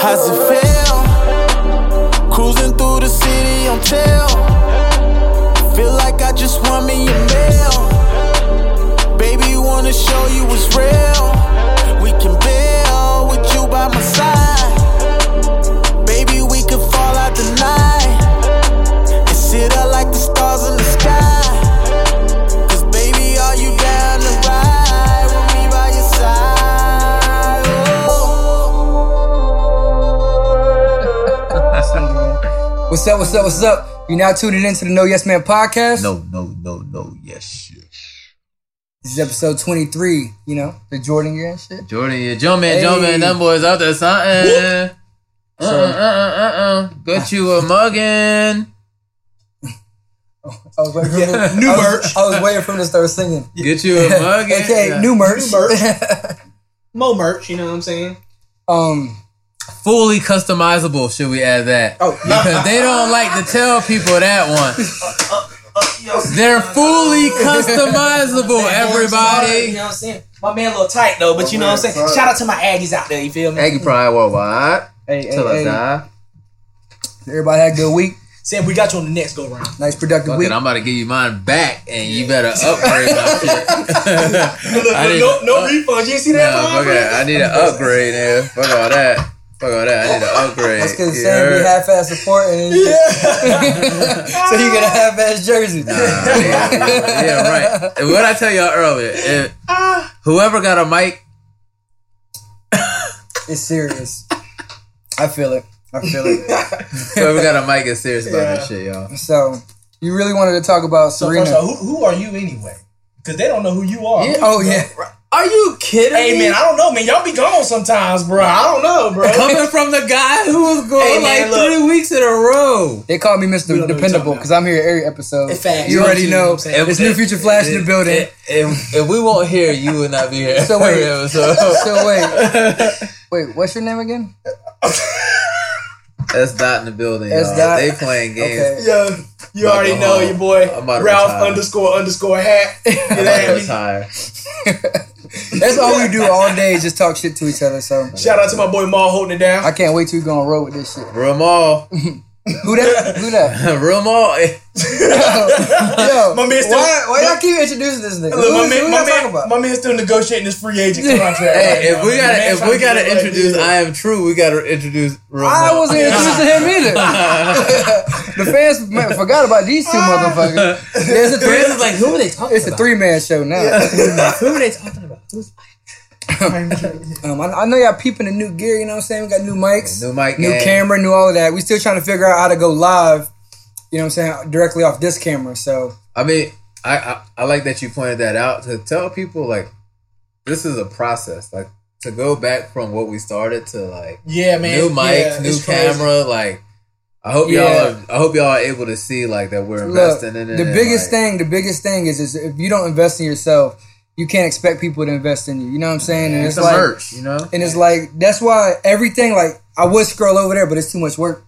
How's it feel? Cruising through the city on tail. Feel like I just want me a meal. Baby, wanna show you what's real. We can build with you by my side. Baby, we could fall out tonight and sit up like the stars in the sky. Cause baby, are you down to ride with me by your side? Oh. what's up? What's up? What's up? You're now tuning into the No Yes Man podcast. No, no, no, no. Yes, yes. This is episode 23, you know, the Jordan year and shit. Jordan year. Jump man, hey. jump man. Them boys out there something. Uh-uh, uh-uh, uh-uh. Got you a muggin'. I was waiting for yeah. new merch. I was, waiting for him to start singing. Get you a muggin'. okay, yeah. new merch. New merch. Mo merch, you know what I'm saying? Um, fully customizable. Should we add that? Oh, because they don't like to tell people that one. They're fully customizable, everybody. You know what I'm saying? My man a little tight though, but you know what I'm saying. Shout out to my Aggies out there. You feel me? Aggie Pride Worldwide. Hey, hey, Till I hey. die. Everybody had a good week. Sam, we got you on the next go round. Nice productive Fuck week. it, I'm about to give you mine back, and you better upgrade my shit. I need no a- no refunds. You see that? Nah, mom? fuck that. I need an upgrade, man. Fuck all that. Fuck all that. I need an upgrade. That's because You Sam be heard? half-ass supporting. And shit. so you get a half-ass jersey. Nah, yeah, yeah, yeah, right. And What I tell y'all earlier, if whoever got a mic, It's serious. I feel it. I feel it. whoever got a mic is serious about this Yeah. shit, y'all. So you really wanted to talk about So Serena? first of all, who, who are you anyway? Because they don't know who you are. Yeah. oh yeah. Are you kidding Hey man, I don't know, man. Y'all be gone sometimes, bro. I don't know, bro. Coming from the guy who was Hey, going man, like look. three weeks in a row. They call me We Mr. don't know what you're Dependable talking because I'm here every episode. In fact, you you already know know. what I'm saying. It's new future flash in the building. If, if, if we won't hear, you will not be here. So wait. Every episode. So wait, wait, what's your name again? That's Dot in the building. That's y'all. Dot. They playing Okay. games. Yo, you already know your boy I'm about to Ralph retire. underscore underscore hat. You know I'm what I about to mean? retire. That's all we do all day is just talk shit to each other. So Shout out to my boy Maul holding it down. I can't wait till you go on road with this shit. Real mall. Who that? Who that? Real mall. Yo, My man still- why, why y'all keep introducing this nigga? Look, who my, is- who man, y'all my, talking man, about? my man still negotiating his free agent contract. right Hey, if now, we man. gotta The man if trying we to get gotta it right introduce here. I am true, we gotta introduce Real I Mall. wasn't introducing him either. the fans man, forgot about these two motherfuckers. There's a Fans three. is like, who are they talking It's a three man show now. Who are they talking about? Who's Um, I, I know y'all peeping the new gear. You know what I'm saying? We got new mics, New mic new gang. camera, new all of that. We still trying to figure out how to go live. You know what I'm saying? Directly off this camera. So I mean, I, I I like that you pointed that out to tell people like this is a process. Like to go back from what we started to like Yeah, man. new mic, yeah, new it's crazy. camera, like I hope Yeah. y'all are, I hope y'all are able to see like that we're look, investing in it. the and, biggest like, thing, the biggest thing is, is if you don't invest in yourself, you can't expect people to invest in you. You know what I'm saying? And it's, it's a like, merch, you know? and it's like that's why everything like I would scroll over there, but it's too much work.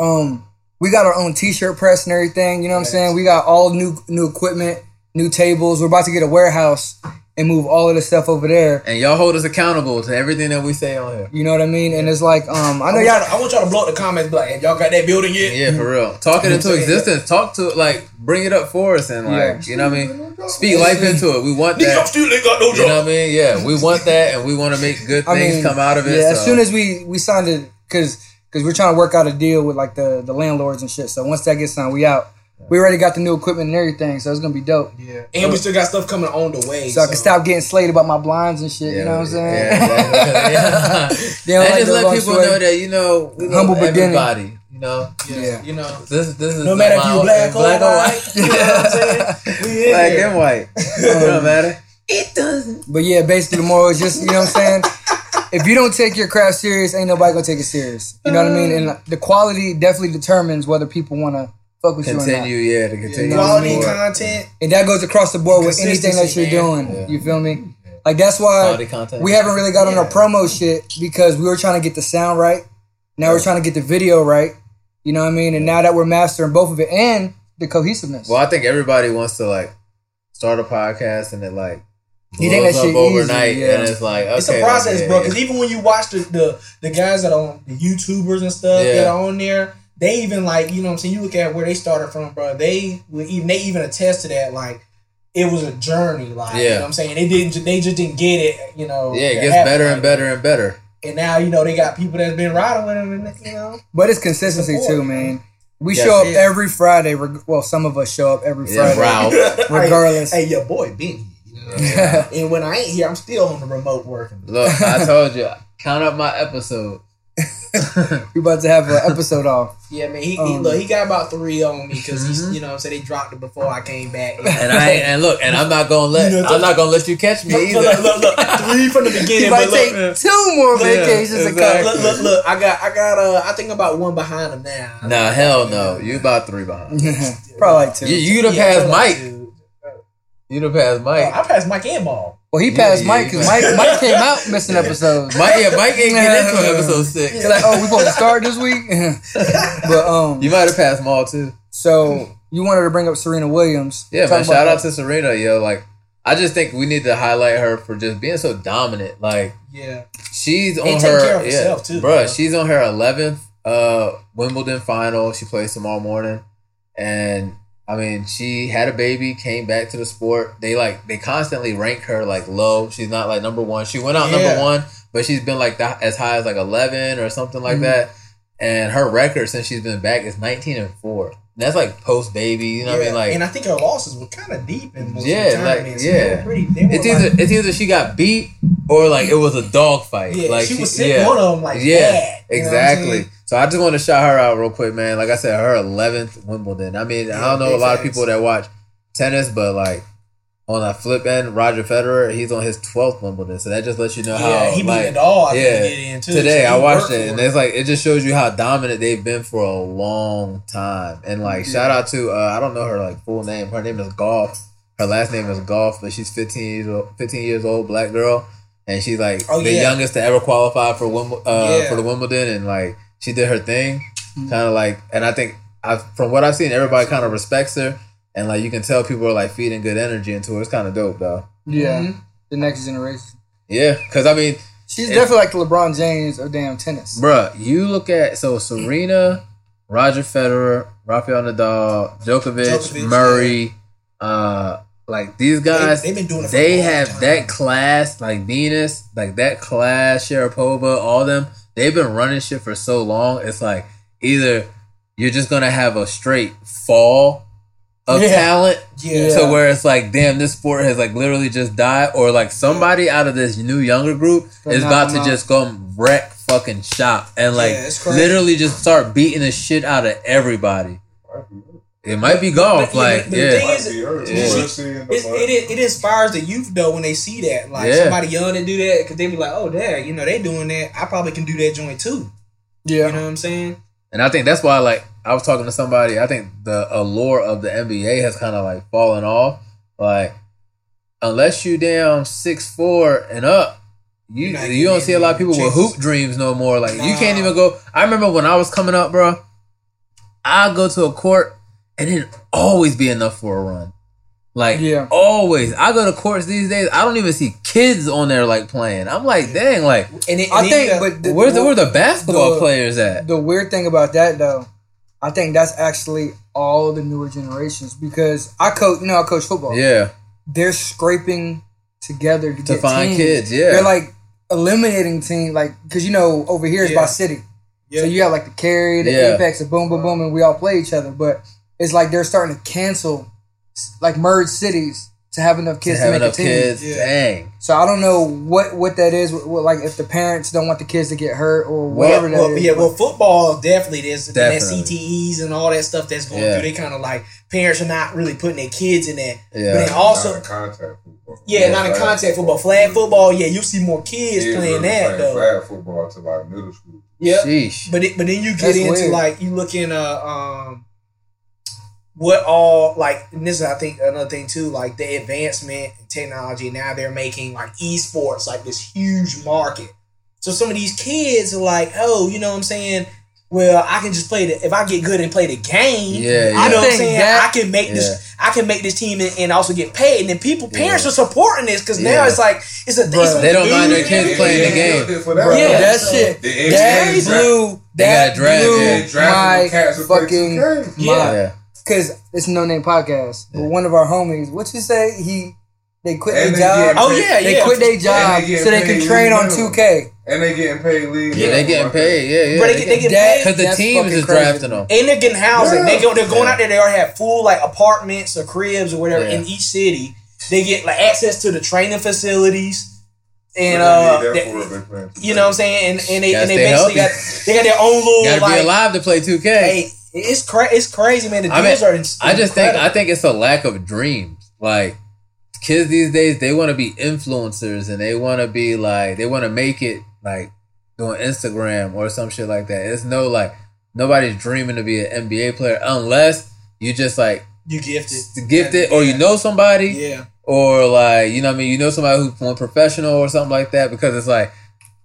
Um, we got our own T-shirt press and everything. You know what I'm saying? We got all new new equipment, new tables. We're about to get a warehouse and move all of the stuff over there. And y'all hold us accountable to everything that we say on here. You know what I mean? And it's like, um, I I know want, y'all y'all. to, I want y'all to blow up the comments, be like, "Have y'all got that building yet? Yeah, for real. Talk it into Yeah. existence. Talk to it, like bring it up for us and like Yeah. you know what I mean. Speak life into it. We want Niggas up that. still ain't got no You know job. what I mean? Yeah, we want that, and we want to make good I things mean, come out of it. Yeah, as so- soon as we we signed it, because because we're trying to work out a deal with like the the landlords and shit. So once that gets signed, we out. We already got the new equipment and everything, so it's gonna be dope. And we still got stuff coming on the way. So I can stop getting slayed about my blinds and shit. you know what I'm saying? Yeah, exactly. They don't And like just the let long people story. know that you know we Humble humble love beginning. everybody. You know, Yeah. You know, this this is no matter if my- you black, or black white, you know what I'm saying? We in black here. and white. Um, it don't matter. It doesn't. But yeah, basically the moral is just you know what I'm saying. If you don't take your craft serious, ain't nobody gonna take it serious. You know what I mean? And the quality definitely determines whether people wanna fuck with you or not. Continue, yeah, to continue. Quality support. content. And that goes across the board with anything that Consistency, you're man. doing. Yeah. You feel me? Like that's why Quality content. we haven't really got on our promo shit because we were trying to get the sound right. Now we're trying to get the video right. You know what I mean? And now that we're mastering both of it and the cohesiveness. Well, I think everybody wants to like start a podcast and it like You blows think that up shit overnight, easy, yeah. and it's like okay, It's a process, yeah, bro. yeah. Because even when you watch the, the the guys that are on the YouTubers and stuff Yeah. that are on there, they even like you know what I'm saying. You look at where they started from, bro. They would even they even attest to that. Like it was a journey, like you know Yeah. what I'm saying. They didn't ju- they just didn't get it, you know. yeah, it that gets happened, better like, and better and better. And now you know they got people that's been riding with them, and you know. But it's consistency Support. too, man. We Yes, show up it is. every Friday. reg- Well, some of us show up every Yeah, Friday, Ralph. regardless. Hey, your boy been here. and when I ain't here, I'm still on the remote working. Look, I told you, count up my episode. we about to have an episode off. Yeah, man, he, he Um, look, he got about three on me because Mm-hmm. you know what I'm saying they dropped it before I came back. And I ain't- and look, and I'm not gonna let You know, I'm not gonna let you catch me Look, either. look, look, look, three from the We beginning. about But to take look, two more Yeah, vacations to exactly. come. look, look, look, I got, I got, uh, I think about one behind him now. Nah, hell no. You about three behind. Probably like two. You you'd have Yeah, I passed feel Mike. like, dude. You'd have passed Mike. I passed Mike and Ball. well, he Yeah, passed yeah, Mike you because Mike passed. Mike came out missing episodes. Mike, yeah, Mike ain't get into it, episode six. He's like, oh, we supposed to start this week, but um, You might have passed Maul too. so you wanted to bring up Serena Williams? Yeah, Talk man. about Shout that. out to Serena, yo. Like, I just think we need to highlight her for just being so dominant. Like, Yeah, she's on taking her, care of yeah, herself, too, bruh, bro. She's on her eleventh uh, Wimbledon final. She plays tomorrow morning, and I mean, she had a baby, came back to the sport. They like they constantly rank her like low. She's not like number one. She went out Yeah. number one, but she's been like the, as high as like eleven or something like Mm-hmm. Mhm. that. And her record since she's been back is nineteen and four. And that's like post baby. You know what I mean? Yeah, Like and I think her losses were kind of deep in most Yeah, of the like, tournaments. yeah. they were pretty. They were It's like, either it's either she got beat or like it was a dog fight. yeah, like she was sitting one of them like yeah, that. you know what I'm exactly. saying? So I just want to shout her out real quick, man. Like I said, her eleventh Wimbledon. I mean, Yeah, I don't know a big lot of facts. people that watch tennis, but like on that flip end, Roger Federer, he's on his twelfth Wimbledon. So that just lets you know yeah, how he beat Oh, like, it all. I yeah. think he did in too. today So I he watched worked it, for and it's like it just shows you how dominant they've been for a long time. And like shout out to uh, I don't know her like full name. Her name is Golf. Her last name is Golf, but she's fifteen years old, fifteen years old, black girl, and she's like Oh, the yeah. youngest to ever qualify for Wimble- uh, Yeah. Mm-hmm. for the Wimbledon, and like she did her thing, kind of like. And I think I from what I've seen, everybody kind of respects her, and like you can tell people are like feeding good energy into her. It's kind of dope though. yeah, Mhm. the next generation. Yeah, because I mean, She's Mm-hmm. Yeah. definitely like the LeBron James of damn tennis. Bruh, you look at so Serena, Roger Federer, Rafael Nadal, Djokovic, Djokovic, Murray, uh, like these they, guys, they've been doing they, it. For a long have time. that class, like Venus, like that class, Sharapova, all them. They've been running shit for so long. It's like either you're just gonna have a straight fall of Yeah. talent Yeah, Yeah. to where it's like, damn, this sport has like literally just died, or like somebody out of this new younger group But is nah, about to nah. just come wreck fucking shop and like Yeah, it's crazy. literally just start beating the shit out of everybody. It might be golf, but- like but the yeah, thing is- It's, it, is- it inspires the youth though when they see that like Yeah. somebody young to do that because they be like oh dad you know they doing that I probably can do that joint too Yeah, you know what I'm saying and I think that's why like I was talking to somebody. I think the allure of the NBA has kind of like fallen off. Like unless you down six four and up. You, You're not you don't getting see a lot of people with chances. hoop dreams no more. Like you can't Nah. even go. I remember when I was coming up, bro. I go to a court and it always be enough for a run. Like Yeah. always, I go to courts these days. I don't even see kids on there like playing. I'm like, dang, like and it, I and it- think. uh, But the, where's the, where the basketball the- players at? the weird thing about that though, I think that's actually all the newer generations because I coach. You know, I coach football. Yeah, they're scraping together to, to get find teams. kids. Yeah, They're like eliminating team, like because you know over here is Yeah. by city, Yeah. so you have like the carry, the Yeah. apex, the boom, boom, boom, and we all play each other. But it's like they're starting to cancel, like merge cities to have enough to kids to, have make enough a team. kids. Yeah. Dang. So I don't know what what that is. What, what, like if the parents don't want the kids to get hurt or well, whatever that is. well, yeah, well, football definitely there's and that Definitely. CTEs and all that stuff that's going Yeah. through. They kind of like parents are not really putting their kids in that, Yeah. but they also contact football. yeah, not in contact football, flag football. Yeah, you see more kids playing that though. Flag football to like middle school. Yep. Sheesh. But it, but then you get That's into weird. like you look in uh um what all like and this is I think another thing too like the advancement in technology now they're making like esports like this huge market. So some of these kids are like, oh, you know what I'm saying? well, I can just play the if I get good and play the game. Yeah, yeah. You know I what I'm think saying? that- I can make this I can make this team and, and also get paid. And then people parents Yeah. are supporting this because now Yeah. it's like it's a Bruh, it's a They don't new- mind their kids playing the game. Bro, Yeah. that shit. The NBA That draft- blew. They That got drafted. They blew drafted the cats my who play fucking 2K. Yeah. Yeah. because it's no name podcast. But Yeah. one of our homies, what you say? He they quit their And they job. get Oh yeah, they yeah. quit their job And they get so they can paid train on minimum. 2K. And they getting paid league. Yeah, they getting paid. Yeah, yeah. But they get- they get paid. because the that's teams fucking is crazy. drafting them. and they're getting housing. Yeah. They go, they're going Yeah. out there. They already have full like apartments or cribs or whatever Yeah. in each city. They get like access to the training facilities, and uh, But they need they- that for it, they playing 2K. you know what I'm saying. And, and they Gotta and they stay basically got healthy. they got their own Gotta little be like alive to play 2K. hey, it's cra- it's crazy, man. The I deals mean, are. Ins- I just think I incredible. think it's a lack of dreams. Like kids these days, they want to be influencers and they want to be like they want to make it like doing Instagram or some shit like that. It's no like nobody's dreaming to be an NBA player unless you just like you gifted. gifted or you know somebody Yeah, or like you know what I mean you know somebody who's more professional or something like that because it's like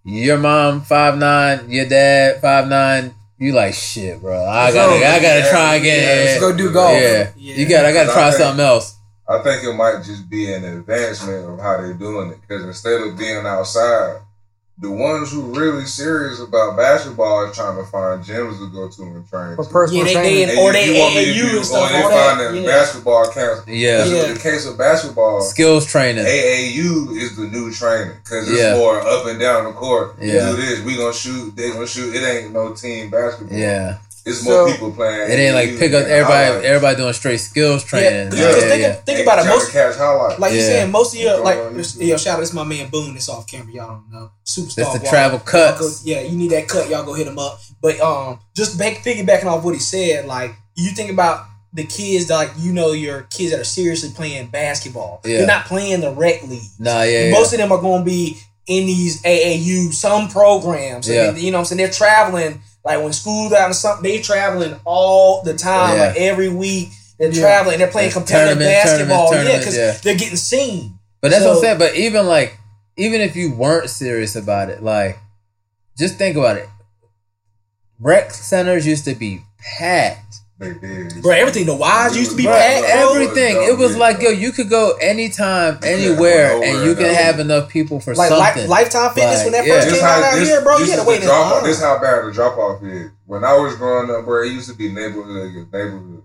your mom five nine your dad five nine you like shit bro I gotta I gotta try again Let's go do golf. yeah. Yeah. you got. I got to try something else. I think it might just be an advancement of how they're doing it. Because instead of being outside, the ones who really serious about basketball are trying to find gyms to go to and train. For to. personal yeah. They, training. they And or if they you want me and to you do- and stuff Or they like find that. them Yeah. basketball camps. Yeah. In the case of basketball, Skills training. AAU is the new training because it's Yeah. more up and down the court. Yeah. Do this, we gonna shoot, they gonna shoot. It ain't no team basketball. Yeah. it's more So- people playing. It ain't like AAU pick up and everybody. highlights. Everybody doing straight skills training. Yeah, Yeah. because yeah, think, yeah. think They about it. trying to Most catch highlights. like you Yeah. saying, most of your Go like on YouTube. yo, shout out, this my man Boone. That's off camera. Y'all don't know. Superstar. That's the Ball. travel Y'all go- cuts. yeah, you need that cut. Y'all go hit him up. But um, just back piggybacking off what he said, like you think about the kids that like you know your kids that are seriously playing basketball. Yeah. They're not playing the rec league. Nah. Yeah. yeah. Most of them are going to be in these AAU some programs. Yeah. And, you know what I'm saying? They're traveling like when school's out or something. They traveling all the time, Yeah. like every week. They're Yeah. traveling. They're playing competitive Tournament, tournament, basketball. yeah, tournament, because yeah. they're getting seen. But that's what So- I'm saying. But even like, even if you weren't serious about it, like, just think about it. Rec centers used to be packed. They did. Bro, everything the wise used to be Bruh, Bro, packed. bro. everything. It was like, yo, you could go anytime, anywhere, and you can have enough people for like li- something. lifetime fitness Like, when that yeah. first This came how- out out this- here, bro. this You had is to wait the in drop off. line. This how bad the drop off is. When I was growing up, bro, it used to be neighborhood against neighborhood.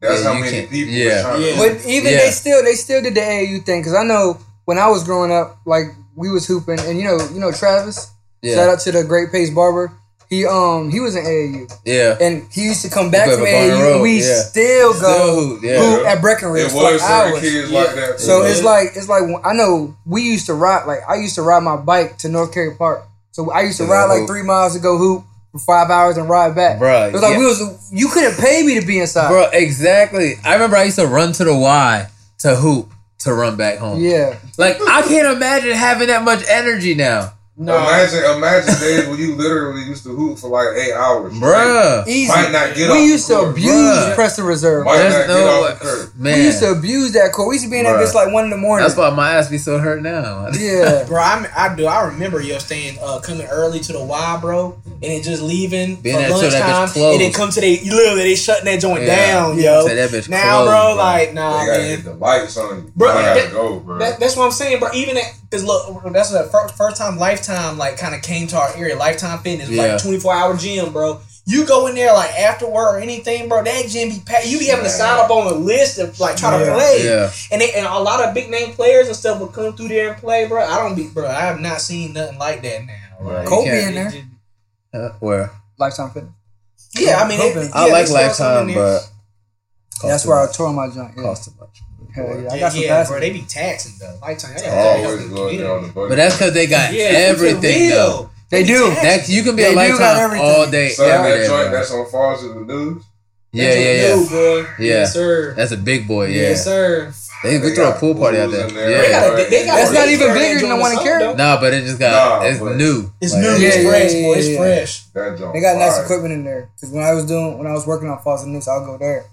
That's Yeah, how you many can't- people yeah. was trying Yeah. to. But even Yeah. they still they still did the AAU thing because I know when I was growing up, like we was hooping, and you know you know Travis, shout Yeah. out to the Great Pace Barber. He um he was in AAU Yeah. and he used to come back Go from back on the AAU. road, and we yeah. still Still go hoop, yeah. hoop at Breckenridge It for like was certain hours. kids like that. So too. it's like it's like when- I know we used to ride like I used to ride my bike to North Carolina Park. So I used to To ride go like hoop. three miles to go hoop for five hours and ride back. Bruh, it was like yeah. we was you couldn't pay me to be inside. Bro, exactly. I remember I used to run to the Y to hoop to run back home. Yeah, Like I can't imagine having that much energy now. No, imagine, imagine days when you literally used to hoop for like eight hours. Bruh. easy. Might not get off we the used to court. abuse Bruh. Preston Reserve. Might There's not get no off the curb. man. We used to abuse that court. We used to be in that Bruh. bitch like one in the morning. That's why my ass be so hurt now. yeah. bro, I'm, I do. I remember yo staying uh, coming early to the Y, bro, and then just leaving Being for there till that bitch lunchtime, closed. and then come to they you literally they shutting that joint Yeah. down, yo. Say that bitch closed, now, bro, like nah, They gotta get man. the lights on you. Bro, Bro, gotta that- go, bro. That, that's what I'm saying, bro. Even at, cause look, that's the first, first time Lifetime like kind of came to our area. Lifetime Fitness, Yeah. like 24 hour gym, bro. You go in there like after work or anything, bro. That gym be packed. You be having to sign up on a list of like trying to Yeah. play, yeah. and they, and a lot of big name players and stuff will come through there and play, bro. I don't be, bro. I have not seen nothing like that now. Right. Like, Kobe it- in there. it- Uh, where Lifetime Fitness. Yeah, I mean, it- Kobe. yeah, I like they sell Lifetime, something in but there. cost That's too where I much. tore my joint. Yeah. cost too much. Hell yeah, I yeah, got some yeah, basketball. bro, they be taxing though. Lifetime, I I got always go in there on the budget. But that's because they got yeah, everything for though. real. They do. taxing. That you can be They a do got lifetime everything. all day, Son, every that day. joint bro. that's on Falls of the News. yeah, yeah, yeah, Yo, boy. Yeah. Yes, sir. That's a big boy. Yeah, Yes, sir. they, we They throw a got pool party out pools there. in there. Yeah, They got That's a not big even area bigger than the doing one in something, Cary. though. Nah, but it just got Nah, it's but- new. It's Like, new. Yeah, it's yeah, fresh, yeah, boy. It's yeah. fresh. That joint. They got nice fire. equipment in there. Cause when I was doing when I was working on Falls and News, I'll go there.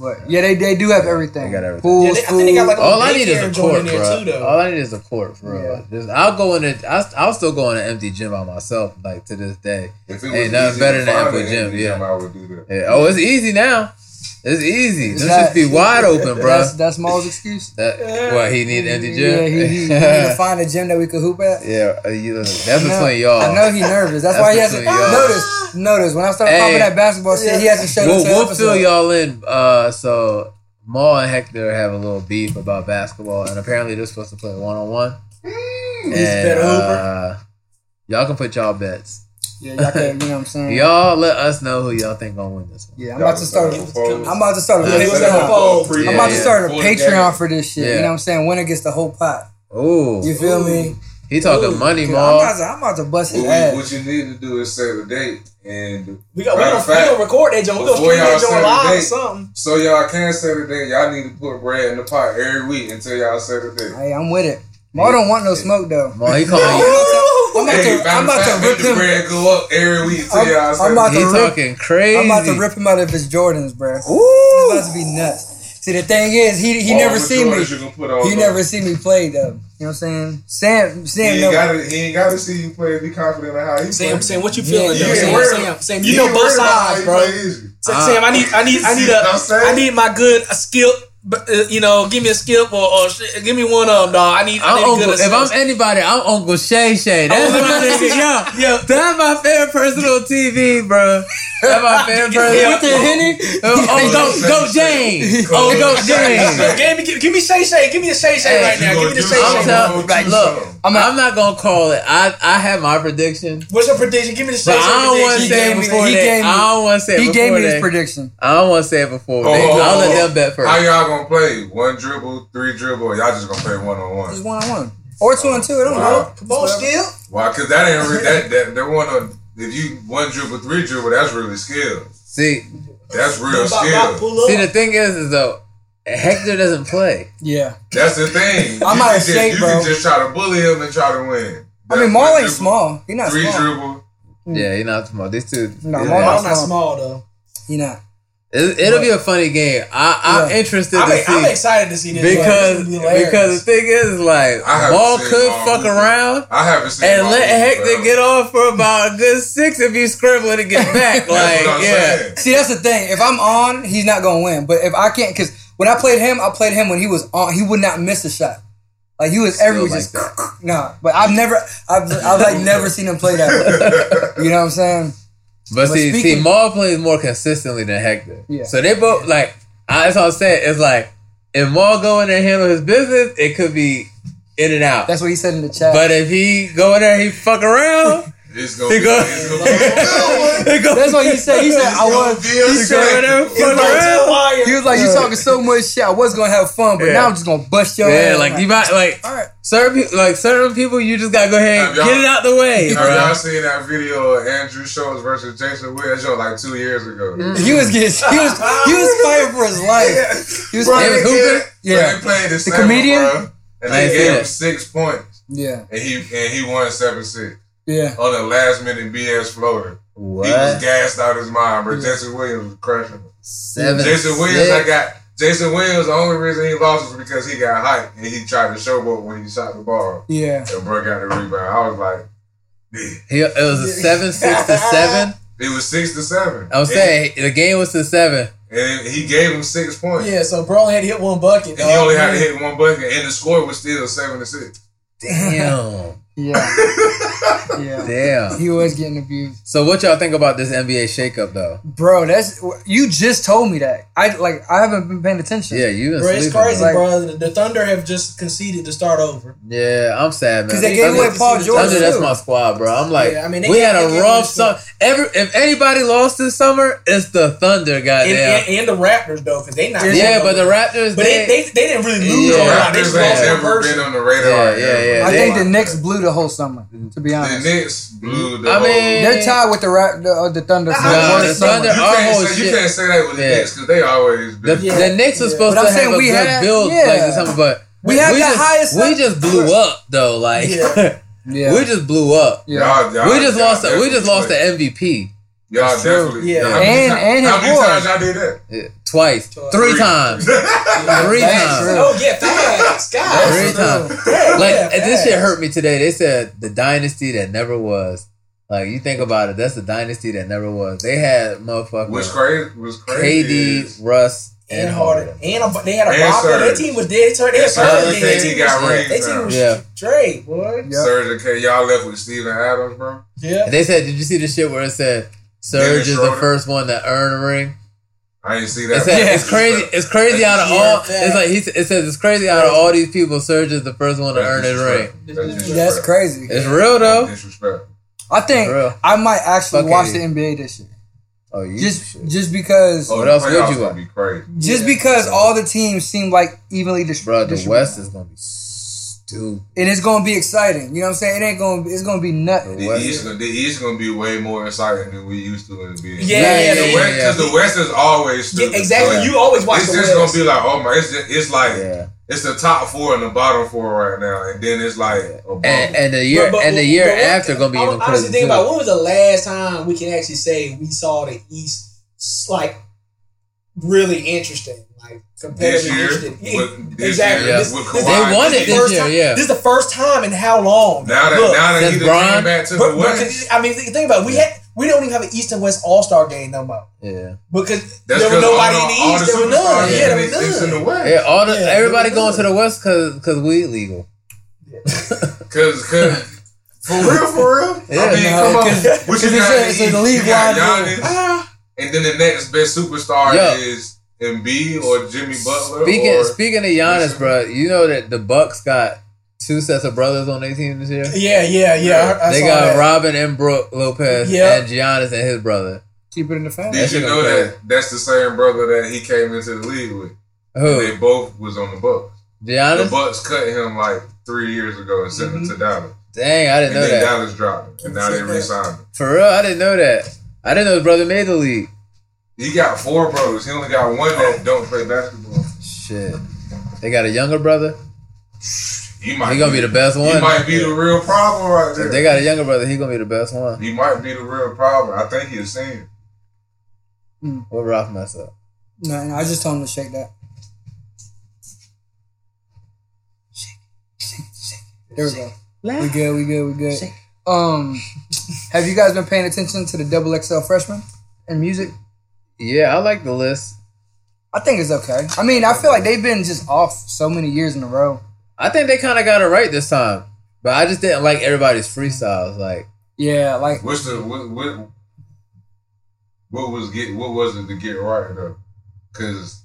But yeah, they, they do have Yeah, everything. they got everything. Pools, Yeah, they- I think they got, like, food. a All I need daycare is a joint court, in there, bro. too, though. All I need is a court, bro. Yeah. Just, I'll go in it. I'll, I'll still go in an empty gym by myself, like to this day. If it was Hey, nothing easy better to than find Apple an Gym, empty yeah. I would do that. Yeah. Oh, it's easy now. It's easy. It's Those not- just be wide open, bro. That's that's Maul's excuse. That, what he need an empty Yeah, gym. he, he, he need to find a gym that we could hoop at. yeah, uh, you- that's I know- between y'all. I know he nervous. That's, That's why he hasn't between y'all. notice. Notice when I started Hey. popping that basketball shit, he hasn't showed We'll, up. to the we'll fill episode. y'all in. Uh, so Maul and Hector have a little beef about basketball, and apparently they're supposed to play one on one. Mm, better And Hooper. uh, y'all can put y'all bets. Yeah, y'all can, you know what I'm saying. Y'all let us know who y'all think gonna win this one. Yeah, I'm about to start. Y'all vote. I'm about to start a Yeah, Set up a Patreon. poll. I'm I'm about to Yeah, start a Before the game. Patreon for this shit. You Yeah. know what I'm saying? Winner gets the whole pot. You Ooh, feel Ooh. me? he talking Ooh, money, Dude, I'm Maul. about to, I'm about to bust What, his we, ass. what you need to do is set a date, and We got we Matter gonna, of we fact, gonna record that joint. We gonna before stream that y'all joint set a live or date, something. so y'all can set a date. Y'all need to put bread in the pot every week until y'all set a date. Hey, I'm with it. Maul don't want no smoke though. Maul, he calling you. I'm about Hey, to, I'm matter of about to fact, make rip the him. bread go up every week until I'm- y'all set I'm a about date. to He rip- talking crazy. I'm about to rip him out of his Jordans, bruh. It's about to be nuts. See, the thing is, he he All never the seen me. Jordans you can put on He though. never seen me play though. You know what I'm saying? Sam, He Sam, ain't, never. gotta, he ain't gotta see you play. Be confident in how you Sam, play. Sam, what you Yeah, feeling? you though? ain't Sam, worried Sam, about- Sam, you know both worried about how sides, you bro. play easy. Sam, Sam, I need, I need, I need You know what I'm a, saying? I need my good a skip. But uh, you know, give me a skip or, or sh- give me one of them, dog. I need, I need I'm a Uncle, good. if I'm assist. anybody, I'm Uncle Shay Oh, Shay. That's Uncle my Shay nigga. Shay. Yeah, Yeah. That's my favorite person on TV, bro. That's my favorite person. Yeah. With the henny, Oh, go, go James. Oh, go James. give me, give, give me Shay Shay. Give me a Shay Shay Hey, right you now. gonna Give me the do Shay something. I'm Shay. telling like, look, I'm I'm not- not, gonna call it. I, I have my prediction, What's your prediction? Give me the Shay but Shay. I don't want to prediction. say it gave me- before he that. gave me- I don't want to say it he before gave me his that. prediction. I don't want to say it before. Oh, they, oh, I'll let oh. them bet first. How y'all gonna play? One dribble, three dribble. or Y'all just gonna play one on It's one. one on one or two on two. It don't Wow. matter. Come on, skill. Why? Because that ain't re- that that that one on. If you one dribble, three dribble, that's really skill. see, That's real Bop, bop, skill. Pull up. see, the thing is, is though, Hector doesn't play. Yeah, That's the thing. I'm You out can of just- shape, You bro. can just try to bully him and try to win. I mean, That's Maul one ain't dribble, small. He not Three small. dribble. Yeah, you're not small. These two. Hmm. No, yeah. Maul Bro, not I'm not small. small though. He not. It, it'll be a funny game. I, I'm Yeah. interested I'm, e, to see I'm excited to see this joint. This because is gonna be because the thing is like I haven't ball seen could Maul fuck hoop. around I haven't seen. and Maul let hoop Hector forever. get off for about a good six if you scribbling to get back. That's what like I'm yeah, saying. See, that's the thing. If I'm on, he's not gonna win. But if I can't, because when I played him, I played him when he was on. He would not miss a shot. Like he was Still every like just that. nah. But I've never, I've, I've like never seen him play that. way. You know what I'm saying? but, But see see speaking- Maul plays more consistently than Hector. Yeah. So they both like I, that's what I'm saying. It's like if Maul go in there and handle his business, it could be in and out. That's what he said in the chat. but if he go in there, and he fuck around. It's gonna He be. go- It's gonna be a good one. it go- that's what he said. He said It's I gonna was. be a He go in there and good one. fuck Like, around. wire. He was like, "You talking so much shit. I was gonna have fun, but Yeah. now I'm just gonna bust your ass." Yeah, like you might like all right, certain people, like certain people, you just gotta go ahead and Have y'all- get it out the way, Have bro. y'all seen that video of Andrew Schultz versus Jason Ware? That show like two years ago. he was getting, he was, he was fighting for his life. He was, Bro, It was they did- Hooper? bro, Yeah. they played the, comedian? comedian, bro, and I they ain't gave seen him it. six points, yeah, and he and he won seven six yeah. on a last minute BS floater. He was gassed out his mind, but Jason Williams was crushing him. Seven. Jason Williams, I six? got Jason Williams. The only reason he lost was because he got hyped and he tried to showboat when he shot the ball Yeah, and broke out the rebound. I was like, "Man." He, it was a seven six to seven. it was six to seven. I was saying the game was to seven. and he gave him six points. Yeah, so Braun had to hit one bucket. And he dog. Oh, only had to hit one bucket, and the score was still seven to six. Damn, yeah, yeah. damn. He was getting abused, So what y'all think about this NBA shakeup though? bro. That's you just told me that. I like I haven't been paying attention. Yeah, you been Bro, it's sleeping, crazy, bro. Like- bro. The Thunder have just conceded to start over. Yeah, I'm sad, man. 'Cause they gave Thunder- away Paul George, Thunder, that's too. my squad, bro. I'm like, Yeah, I mean, they we gave- had they a gave rough away summer. Every if anybody lost this summer, it's the Thunder, And, goddamn. and, and the Raptors, though, because they not. Yeah, but the Raptors, But they, they, they didn't really lose Yeah. a Yeah, lot. They just Raptors lost ain't one never been person. on the radar. Yeah, yeah, yeah. I They- think the Knicks blew the whole summer. To be The honest, Knicks blew the I whole- mean, they're tied with the Ra- the, uh, the Thunder. for Nah, the the worst summer. Thunder- you our can't, whole say, you shit- can't say that with Yeah. the Knicks because they always The, been. Yeah. the Knicks was Yeah. supposed But I'm to have saying a we good had- build yeah. like this summer, but We had the just, highest We up- just blew up though, like Yeah. Yeah. we just blew up. yeah. Y'all- y'all- We just y'all lost. The, we definitely just lost the played. MVP. Y'all That's true. definitely. Yeah. How many And- times- and his how many boy. times y'all did that? Yeah, Twice, Twice. three times, three That's times. true. Oh yeah, facts, guys. Three times. Yeah, Like yeah, and this shit facts. hurt me today. They said the dynasty that never was. Like you think about it, that's the dynasty that never was. They had motherfucking What's crazy? What's crazy? KD, is- Russ, And and Harden, Harden. and a, they had a And Robert. Their Serge. team was dead. They had And Serge. Serge Their King team got was rings their team now. was Yeah. Dre, boy. Yep. Serge and K, y'all left with Steven Adams, bro. Yeah. And they said, did you see the shit where it said Serge Dennis is the Schroeder. first one that earned a ring? I didn't see It that. said, it's crazy. It's crazy out of Yeah, all. fact. It's like he. s- It says it's crazy out of all these people. Serge is the first one to That's earn his ring. disrespect. That's disrespect. crazy. It's real That's though. Disrespect. I think For real. I might actually Fuck watch it. the NBA this year. Oh, you Just shit. just because Oh, What the else would playoffs you gonna want? Be crazy. just Yeah. because all the teams seem like evenly dis- bro. The distributed. West is gonna be stupid. and it's gonna be exciting. You know what I'm saying? It ain't gonna it's gonna be nothing. The West. East, the East gonna be way more exciting than we used to in the NBA. Yeah, yeah, the yeah, West, yeah. cause the West is always Yeah, stupid. exactly. So, You always watch it's the just West. gonna be like, oh my, it's just, it's like Yeah. it's the top four and the bottom four right now, and then it's like a bubble. And, and the year But- but- and the year but what- after gonna be I'm even honestly crazier. thinking too. about when was the last time we can actually say we saw the East s- like really interesting, like this competitively year, interesting. Yeah, with, this exactly. year Yeah. This- with this- Kawhi, They won this it the this first year, time- yeah. This is the first time in how long? Now that Look, now that since he done Bron- came back to the but, but- West, I mean, think think about it. We had we don't even have an East and West All Star game no more yeah, because that's there was 'cause all nobody in the all East. there was superstars none. is Yeah, there in, the- was is in none. the West. yeah. All the Yeah, everybody they were going to good. the West because because weed legal. Cause, cause for real, for real. Yeah, I mean, no, come on. cause- What cause you it's got? a- in it's the a East? league you got wide Giannis, and then the next best superstar Yeah. is Embiid or Jimmy Butler. Speaking or, speaking of Giannis, bro, you know that the Bucks got two sets of brothers on their team this year. Yeah, yeah, yeah. I, I they saw got that. Robin and Brooke Lopez Yeah. and Giannis and his brother. Keep it in the family. that did shit you know gonna that that's the same brother that he came into the league with? Who? They both was on the Bucks. The Giannis? Bucks cut him like three years ago and sent him to Dallas. Dang, I didn't And know that. then Dallas dropped him, and now they Yeah. re-signed him. For real, I didn't know that. I didn't know his brother made the league. He got four brothers. He only got one that don't play basketball. Shit. They got a younger brother. He might He gonna be the best He one. might be the real problem right there. If they got a younger brother, he gonna be the best one. he might be the real problem. I think he's seen. What Ralph mess up? No, no, I just told him to shake that. There we go. We good. We good. We good. Um, have you guys been paying attention to the double XL freshman and music? Yeah, I like the list. I think it's okay. I mean, I feel like they've been just off so many years in a row. I think they kind of got it right this time, but I just didn't like everybody's freestyles. Like, Yeah, like What's the what, what? What was get? What was it to get right though? Because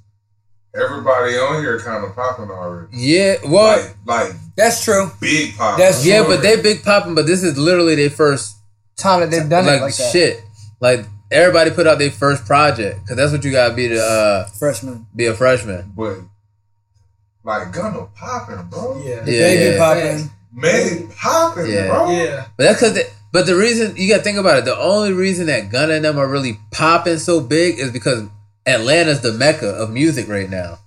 everybody on here kind of popping already. yeah, well, Like, like that's true. big popping. That's- yeah, but they big popping, but this is literally their first Time that they've done like, it like that. shit. Like everybody put out their first project because that's what you gotta be to uh, Freshman. be a freshman. but like Gunna popping, bro. Yeah, Yeah, Baby yeah. popping. Man popping, Yeah. bro. yeah. But that's because. But the reason you gotta think about it, the only reason that Gunna and them are really popping so big is because Atlanta's the mecca of music right now.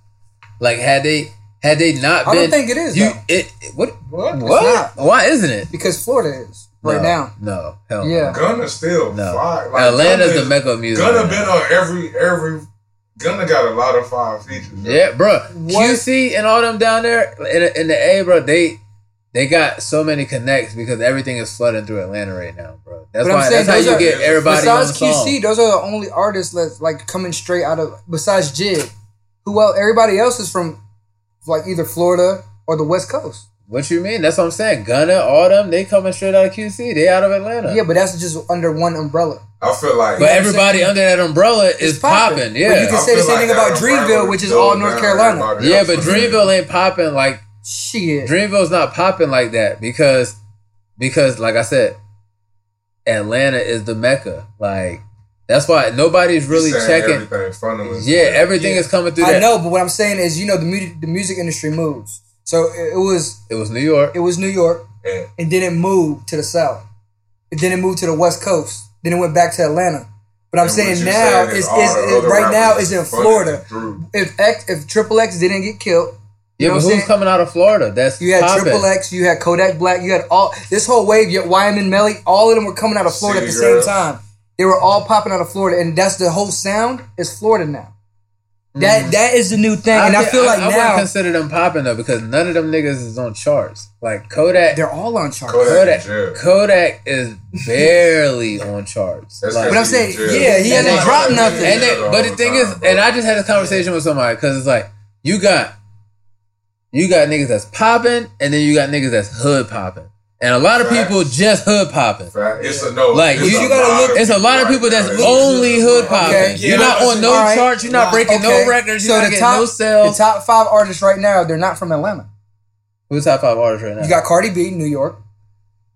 Like had they had they not I been, don't think it is you though, it, it- what What? what why isn't it because Florida is right No, now. No, hell Yeah. Gunna still No. fly. Atlanta's Gunna- the mecca of music. Gunna right been now. on every every. Gunna got a lot of fire features. bro. Yeah, bro. What? QC and all them down there in, in the A, bro. They they got so many connects because everything is flooding through Atlanta right now, bro. That's But I'm why. saying That's how those you are- get everybody on the Besides QC, song. those are the only artists that's like coming straight out of besides Jid. Who well everybody else is from like either Florida or the West Coast. What you mean? That's what I'm saying. Gunna, all them, they coming straight out of QC. They out of Atlanta. Yeah, but that's just under one umbrella. I feel like but everybody under that umbrella is popping. But you Yeah, can I say the feel same thing about that umbrella Dreamville, which is goes all North down Carolina. everybody yeah. else. But Dreamville ain't popping like Shit. Dreamville's not popping like that because because like I said, Atlanta is the mecca. Like that's why nobody's really Saying checking. Everything funneling. Yeah, everything is coming through I that. know, but what I'm saying is, you know, the music, the music industry moves. So it, it was It was New York. it was New York, And and then it moved to the South, and then it moved to the West Coast, then it went back to Atlanta. But I'm and what saying you now saying is, is, all the is other right now is rappers in funneling Florida. through. If X, if Triple X didn't get killed, Yeah, know what but I'm who's saying? coming out of Florida? That's you had popping. Triple X, you had Kodak Black, you had all this whole wave. You had Wyman Melly, all of them were coming out of Florida at the City Girl. same time, They were all popping out of Florida, and that's the whole sound is Florida now. Mm-hmm. That that is the new thing, and I thi- feel like I, wouldn't now consider them popping though because none of them niggas is on charts. Like Kodak, they're all on charts. Kodak. Kodak, Yeah. Kodak is barely on charts. That's Like- But I'm saying, yeah, he hasn't And they- dropped nothing. And they, Yeah, but all the the thing time, is, bro. and I just had a conversation with somebody because it's like you got you got niggas that's popping, and then you got niggas that's hood popping, and a lot of Facts. people just hood popping. Fact. It's a no. Like, it's you- a you gotta lot look- of It's a lot of people people right that's now. only hood popping. Okay. You're Yeah. not on no Alright. charts. You're not breaking Okay. no records. You're so not the getting top, no the sales. top five artists right now, they're not from Atlanta. Who's top five artists right now? You got Cardi B, New York,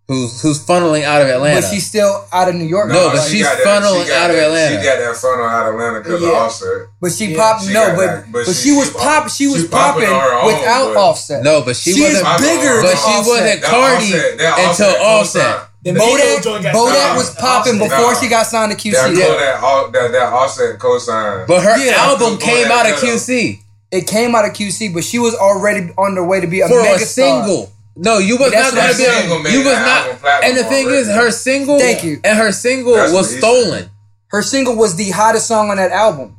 who's who's funneling out of Atlanta? but she's still out of New York. No, but she she's got funneling she out got of that, Atlanta. She got that funnel out of Atlanta because Yeah. of Offset. But she Yeah, popped. she no, got but that, but, but she, she- was she pop. She was she popping popping on her own, without but- offset. no, but she She is wasn't. I know, bigger, But than she Offset. wasn't That Cardi Offset- that until Offset Offset. co-signed. Then Bodak, Migos joint got Bodak signed. was Offset. popping before she got signed to QC. That, Yeah. Kodak, all, that, that Offset cosign. But her Yeah. album Kodak came out of cut him. QC It came out of QC, but she was already on her way to be a for a mega single. No, you was That's not going what to be. I'm a- saying. You was Single made not. an album And the thing platform is, her already. single. Thank you. And her single That's was what he stolen. Her single was the hottest song on that album.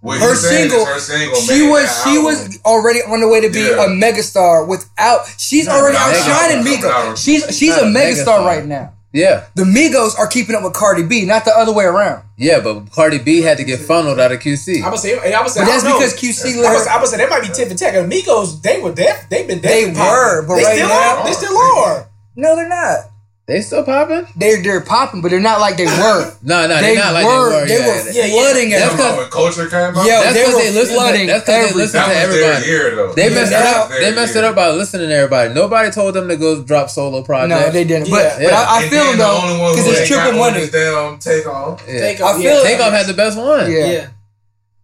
What Her he's saying is single, her single she made was that she album. was already on the way to be Yeah. a megastar without. She's already not outshining megastar, not Migos. a- She's she's not a a megastar megastar. right now. Yeah, The Migos are keeping up with Cardi B, not the other way around. yeah, but Cardi B had to get funneled out of QC. I'm gonna say, I'm gonna say, But that's I don't because know. QC I'm let gonna, say- her. I'm gonna say that might be tip for tech. Amigos, they were deaf. They've been deaf. They were, but they right still now- are. They still are. No, they're not. They still popping? They're they're popping, but they're not like they were. No, no, they, they not like were, they they were. yeah, were yeah. yeah. flooding That's at Come her. on, when culture came out. Yo, that That's they because were they listen. flooding To, that's because they everything. listen was to their everybody. year though. They messed That it was up. their They messed year. it up by listening to everybody. Nobody told them to go drop solo projects. No, they didn't. But, Yeah. but I, I feel And then them the only though, one because who it's ain't got triple one money. is Damn, take off. Yeah. Take I off. feel yeah. it. Takeoff had the best one. Yeah. Yeah.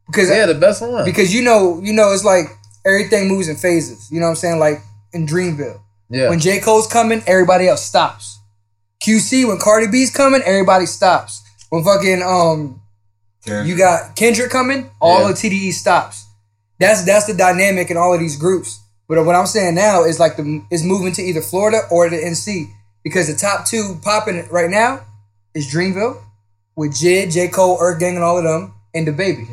Because yeah, the best one. because you know you know it's like everything moves in phases. You know what I'm saying? Like in Dreamville, yeah, when J Cole's coming, everybody else stops. QC when Cardi B's coming, everybody stops. When fucking um you got Kendrick coming, all Yeah. of TDE stops. That's that's the dynamic in all of these groups. But what I'm saying now is like the is moving to either Florida or the NC because the top two popping right now is Dreamville with Jid, J Cole, Earth Gang, and all of them, and the baby.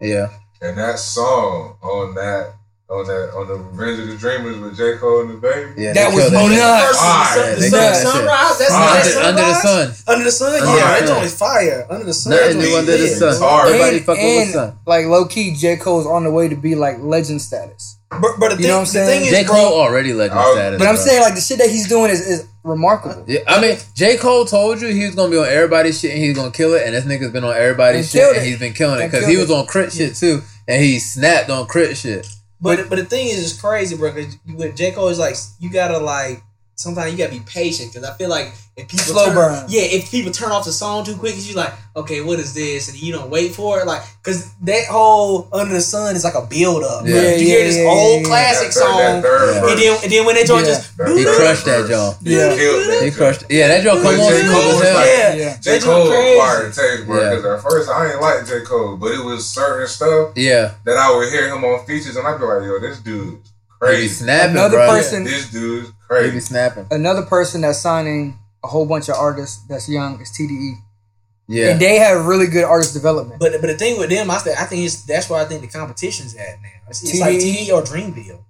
yeah. And that song on that on that on the Revenge of the Dreamers with J Cole and the Baby. Yeah, That they was killed nuts. it. First Alright, sun- the they sun- got that sunrise. That's Alright. that's Under- Under the sunrise? Sun. Under the sun. Under Yeah, that the joint Sun. is fire. Under the sun. that Nothing joint new is under the lit. sun. Sorry. Nobody And- fucking and, with sun. Like low key, J Cole is on the way to be like legend status. But, but the, thing, know what I'm the saying? thing is, J bro, Cole already legend Oh, status. But I'm bro. saying like the shit that he's doing is, is remarkable. Yeah, I mean, J. Cole told you he was gonna be on everybody's shit and he's gonna kill it, and this nigga's been on everybody's And shit killed and it. he's been killing it And because killed he was it. on crit shit too, and he snapped on crit shit. But but the thing is, it's crazy, bro. Because with J Cole is like you gotta like sometimes you gotta be patient because I feel like if people Slow turn, burn. yeah, if people turn off the song too quick, you're like, okay, what is this? And you don't wait for it, like because that whole Under the Sun is like a build up. Yeah. you Yeah, hear yeah, this yeah, old yeah. That classic third- that song, third Yeah. verse. and then and then when that joint just That He third crushed that verse. joint. Yeah. Killed that He joint. crushed. Yeah, that joint But come on J. smooth Cole as was hell. like, yeah, Yeah. J. That joint Cole crazy. acquired taste, bro. Yeah. Because at first I ain't like J. Cole, but it was certain stuff Yeah, that I would hear him on features, and I'd be like, "Yo, this dude's he be crazy. snapping, Another bro. person This dude's He be crazy." snapping. another person that's signing a whole bunch of artists that's young is TDE. Yeah, And they have really good artist development. But but the thing with them, I say, I think it's that's where I think the competition's at now. It's, it's like TDE? TD or Dreamville.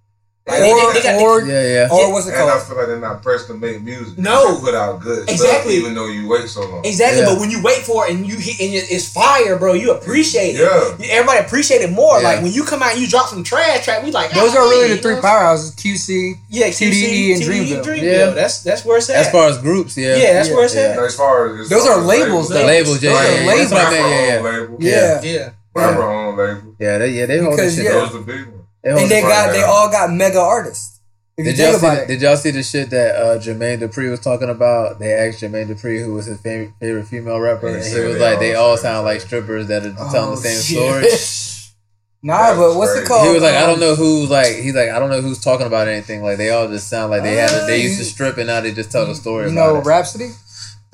Or, Like, they- they- they got- or, yeah, yeah. or what's it And I called? feel like they're not pressed to make music. No. You should put out good stuff, Exactly. even though you wait so long. Exactly, Yeah. but when you wait for it and you hit and it- it's fire, bro, you appreciate it. Yeah. Everybody appreciate it more. Yeah. Like when you come out and you drop some trash track, we like Those "Ah, are really hey," the three you know? powerhouses: QC, Yeah, TDE E TDE and and Dreamville. Dreamville. Yeah. That's that's where it's at. As far as groups, yeah, yeah, that's Yeah. where it's Now, at. As far as as Those far are as labels, though. labels, yeah, Those yeah, are yeah. labels. That's what I meant, yeah, yeah. label. Yeah. Yeah. Rapper own label. Yeah, they, yeah, they hold Because, this shit. yeah. down. Those the big ones. They hold and they this- got they all got mega artists. If you Did y'all, think see about the, it, did y'all see the shit that uh, Jermaine Dupri was talking about? They asked Jermaine Dupri who was his favorite, favorite female rapper, He and he said was they like, all "They all sound sound like like- strippers that are just Oh, telling the same shit. Oh, story." nah, That was but what's it crazy. called? He was like, "I don't know who like he's like I don't know who's talking about anything. Like they all just sound like they had a, Ah, they used to you- strip and now they just tell the story You about know, it." Rhapsody.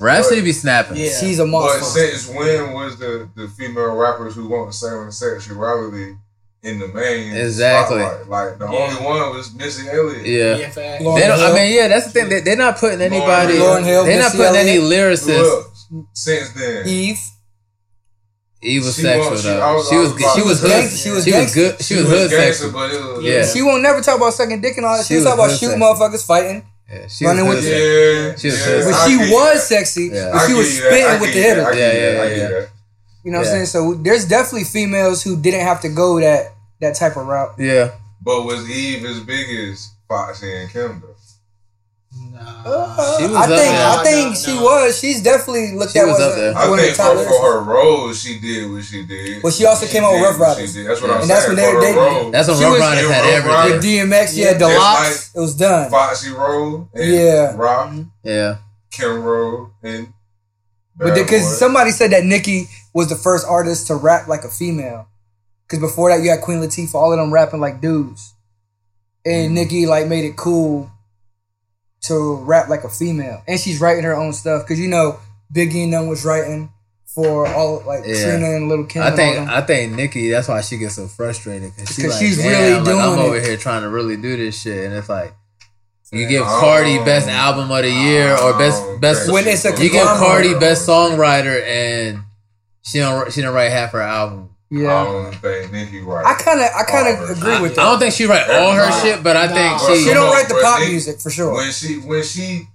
Rhapsody be snapping. Yeah. She's a But monster. since when was the, the female rappers who want to say on sexuality in the main Exactly. spotlight? Like the Yeah. only one was Missy Elliott. yeah. Yeah, fact. Lauren They don't, I Hill. mean, yeah, that's the thing. They, they're not putting anybody. Lauren Hill, they're not Missy putting any Elliott. Who lyricists. else? since then. Eve. Eve was She sexual was- she- though. I was- she I was was about she to was say hood. that. She was good. She was hood gangster, sexual. but it was, Yeah. She won't never talk about sucking dick and all that. She, She was talking was about good shooting sexy. motherfuckers, fighting. Yeah, she Running was with hood sexual. yeah, yeah. She was yeah, hood But I she get was that. sexy. Yeah. But I she get was you that. I spitting with get the you hitter. that. I get Yeah, you that. I yeah, get yeah. that. You know what Yeah. I'm saying? So there's definitely females who didn't have to go that that type of route. Yeah. But was Eve as big as Foxy and Kim though? Nah. She was I up think there. I think No, she no. was. She's definitely looked She at was as up a- there. I one of the think top for, for list. her role, she did what she did. Well, she also came out with did Rough what she Riders. did. That's what I'm And saying. that's when they- for they- her role, That's when She Rob was- Ryan had Rob Reiner. With everything. DMX, yeah, Yeah. the It's locks, it was done. Foxy role, and Yeah. Rock, Yeah. Kim role, and But Bad because Boy. somebody said that Nicki was the first artist to rap like a female, because before that you had Queen Latifah, all of them rapping like dudes, and Mm-hmm. Nicki like made it cool to rap like a female, and she's writing her own stuff because you know Biggie and them was writing for all like Yeah. Trina and Little Kim. I and all think them. I think Nikki. That's why she gets so frustrated because Because she's she's like, really really doing. Like, I'm doing over it." here trying to really do this shit, and it's like you give Cardi Oh. best album of the year or best Oh, best. When it's a you give conglomerate. Cardi best songwriter, and she don't she didn't write half her album. I yeah, don't think Nicki right. I kind of I kind of Oh, agree I, with I that. don't think she write all her Nah, shit, but I nah. think she. She don't No, write the but pop Nicki- music for sure. when she when she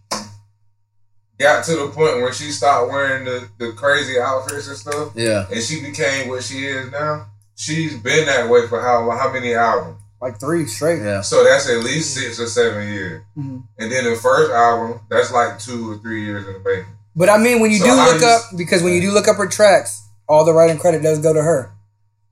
got to the point where she stopped wearing the, the crazy outfits and stuff, yeah, and she became what she is now. She's been that way for how how many albums? like three straight. yeah, So that's at least six or seven years. Mhm. And then the first album, that's like two or three years in the making. But I mean, when you So do how look you- up, because when you do look up her tracks, all the writing credit does go to her.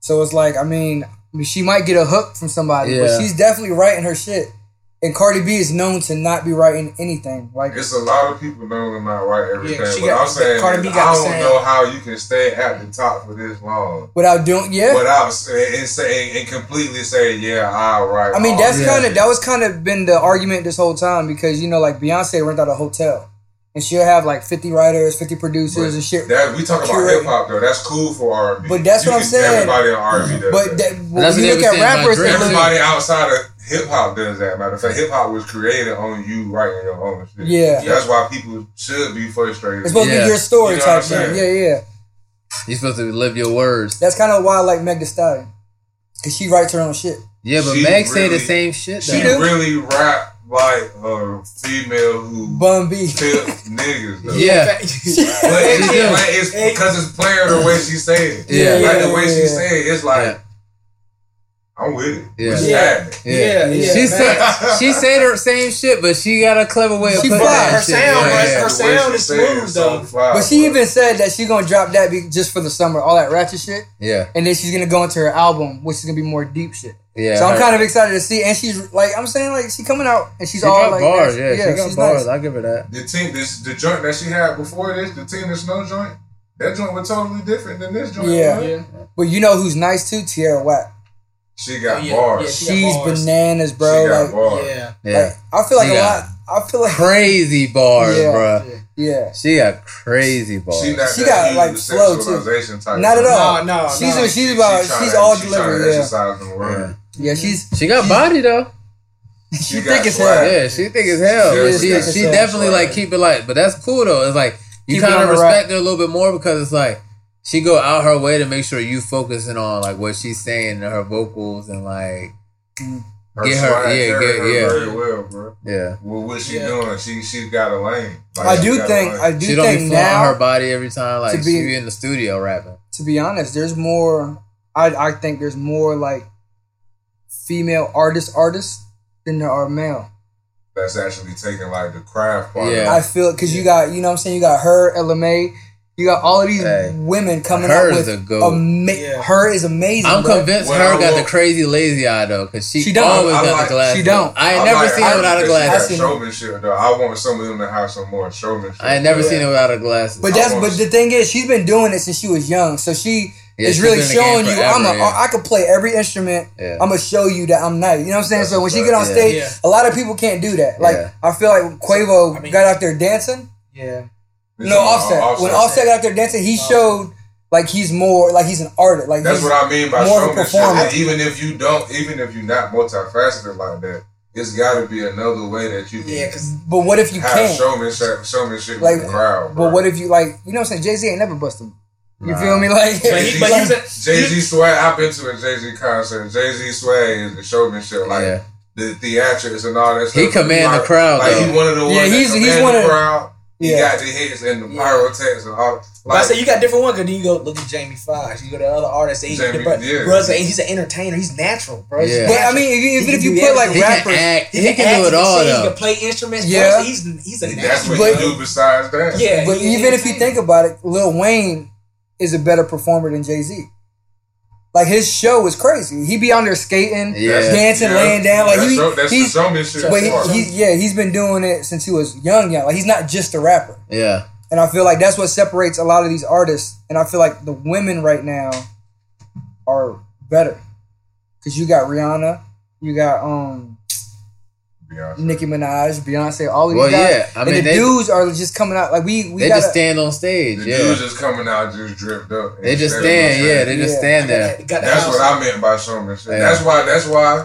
So it's like, I mean, she might get a hook from somebody, Yeah. but she's definitely writing her shit. And Cardi B is known to not be writing anything. Like, It's a lot of people know them not right everything, Yeah, she but got- I'm saying Cardi B is got I the don't same. know how you can stay at the top for this long without doing, yeah. without saying and saying and completely saying yeah, I write. I mean, all that's this kind shit." of that was kind of been the argument this whole time because you know, like Beyonce rent out a hotel, and she'll have like fifty writers, fifty producers, and shit. That we talk about Curating. hip hop though. That's cool for R and B. But that's what I'm saying. Everybody in R and B does but that. that, that's when what you they look were saying at about rappers, they Drake, look- everybody outside of hip hop does that. Matter of fact, hip hop was created on you writing your own shit. Yeah. that's why people should be frustrated. it's supposed to Yeah. be your story You know type what I'm shit. Yeah, saying? yeah. you're supposed to live your words. That's kind of why I like Meg Thee Stallion, cause she writes her own shit. Yeah, but She Meg say the really- same shit. she Though. do. really rap like a female who Bun B. tip niggas. Though. Yeah. But it, She do. like, it's because it's playing the way she say it. Yeah. like the way she Yeah. say it, it's like Yeah. I'm with it. Yeah. It's Yeah. happening. Yeah. Yeah, yeah. She said she said her same shit, but she got a clever way of She putting fly. that Her shit. sound, yeah, right? The yeah. way Her sound she is say it smooth, so though. fly, But she bro. even said that she gonna drop that be- just for the summer, all that ratchet shit, yeah, and then she's gonna go into her album, which is gonna be more deep shit. yeah. so I'm her- kind of excited to see, and she's like, I'm saying like she coming out and she's she all got like, bars. Yeah, nice. she got bars. nice. I give her that. the team this the joint that she had before this, the team the snow joint, that joint was totally different than this joint. Yeah. was. Yeah. But you know who's nice too, Tierra Whack. She got Oh, yeah, bars. She got She's bars. bananas, Bro, she got bro. Like, bars. Yeah. Yeah, like, I feel like She a got- lot. I feel like crazy bars, Yeah. bruh. yeah. She got crazy bars. She, not She that got, huge like, flow, too. sexualization type Not at shit. all. No, no, she's Oh, no. she's about She tryna- she's all she tryna delivery. Yeah, exercise them yeah. words. yeah. She's she got body though. she got thick as swag. hell. Yeah, she thick as hell. Yeah, but she she thick as she hell. definitely Right. like keep it like, but that's cool though. It's like you Keep it kind on of the respect her a little bit more because it's like she go out her way to make sure you focusing on like what she's saying and her vocals and like Her Get her- swag yeah, carried get- her yeah. very well, bro. yeah. Well, what she Yeah. doing? She she's got a lane. Like, I she do got a think lane. I do she don't be think flaunting now her body every time. to Like she be- be in the studio rapping. to be honest, there's more. I I think there's more like female artist artists than there are male. that's actually taking like the craft part. Yeah. I feel because you got you know what I'm saying you got her LMA, you got all of these Hey, women coming her out is with a goat. ama- Yeah. her is amazing. I'm bro. convinced Well, her I got will- the crazy lazy eye though, because she, She don't. always I got like- the glass. she though. don't. I ain't I'm never like, seen I her without a think glass. She got showmanship though. I want some of them to have some more showmanship. I ain't never Yeah. seen her without a glass. But that's I but wanna- the thing is, she's been doing it since she was young, so she Yeah, is she's really been in the game showing you I'm a forever, yeah. I I could play every instrument. Yeah. I'm gonna show you that I'm nice. You know what I'm saying? That's so when she right. get on Yeah. stage, Yeah. a lot of people can't do that. Like Yeah. I feel like Quavo I mean- got out there dancing. Yeah. It's no all- Oh. offset. When offset got out there dancing, he showed like he's more like he's an artist. Like That's he's- what I mean by more of a showmanship. performance. Even if you don't, even if you're not multifaceted like that, It's got to be another way that you can Yeah, because But what if you have can't? showmanship, showmanship Like, with the crowd. But what if you like? You know what I'm saying? Jay Z ain't never busted. You feel me? Like, But he- but he's a- Jay Z swag. I've been to a Jay Z concert. Jay Z swag is the showmanship, like Yeah. the theatrics and all that. stuff. He command the Like- crowd, Like though. he one of the ones. Yeah, he's- he's he's he's one one the of- crowd. He yeah. got the hits and the Yeah. pyrotechnics and all. But I Like, say you got different one because then you go look at Jamie Foxx, you go to other artists. He's, Jamie, but, yeah. bro's a- he's an entertainer. He's natural, bro. He's Yeah. But I natural. mean, even He if can you do put like everything. He can rappers, act. He act, can do it can all sing, He though. can play instruments. Yeah. Yeah, he's he's a that's natural. what But- you do besides that. yeah, but he's an even if you entertainer. think about it, Lil Wayne is a better performer than Jay Z. Like his show is crazy. He be on there skating, Yeah. dancing, laying down. Like that's he, show, that's he's, the showmanship. but he, part. he- yeah, he's been doing it since he was young, young. Like he's not just a rapper. Yeah. And I feel like that's what separates a lot of these artists. And I feel like the women right now are better because you got Rihanna, you got um Beyonce. Nicki Minaj, Beyonce, all of these Well, guys. yeah. I Oh, and mean, the they dudes are just coming out like we we they gotta, just stand on stage. The Yeah. dudes just coming out just dripped up. and They just shit. stand. Yeah. They just Yeah. stand there. Got the- got the That's house. what I meant by showmanship. Yeah. That's why. That's why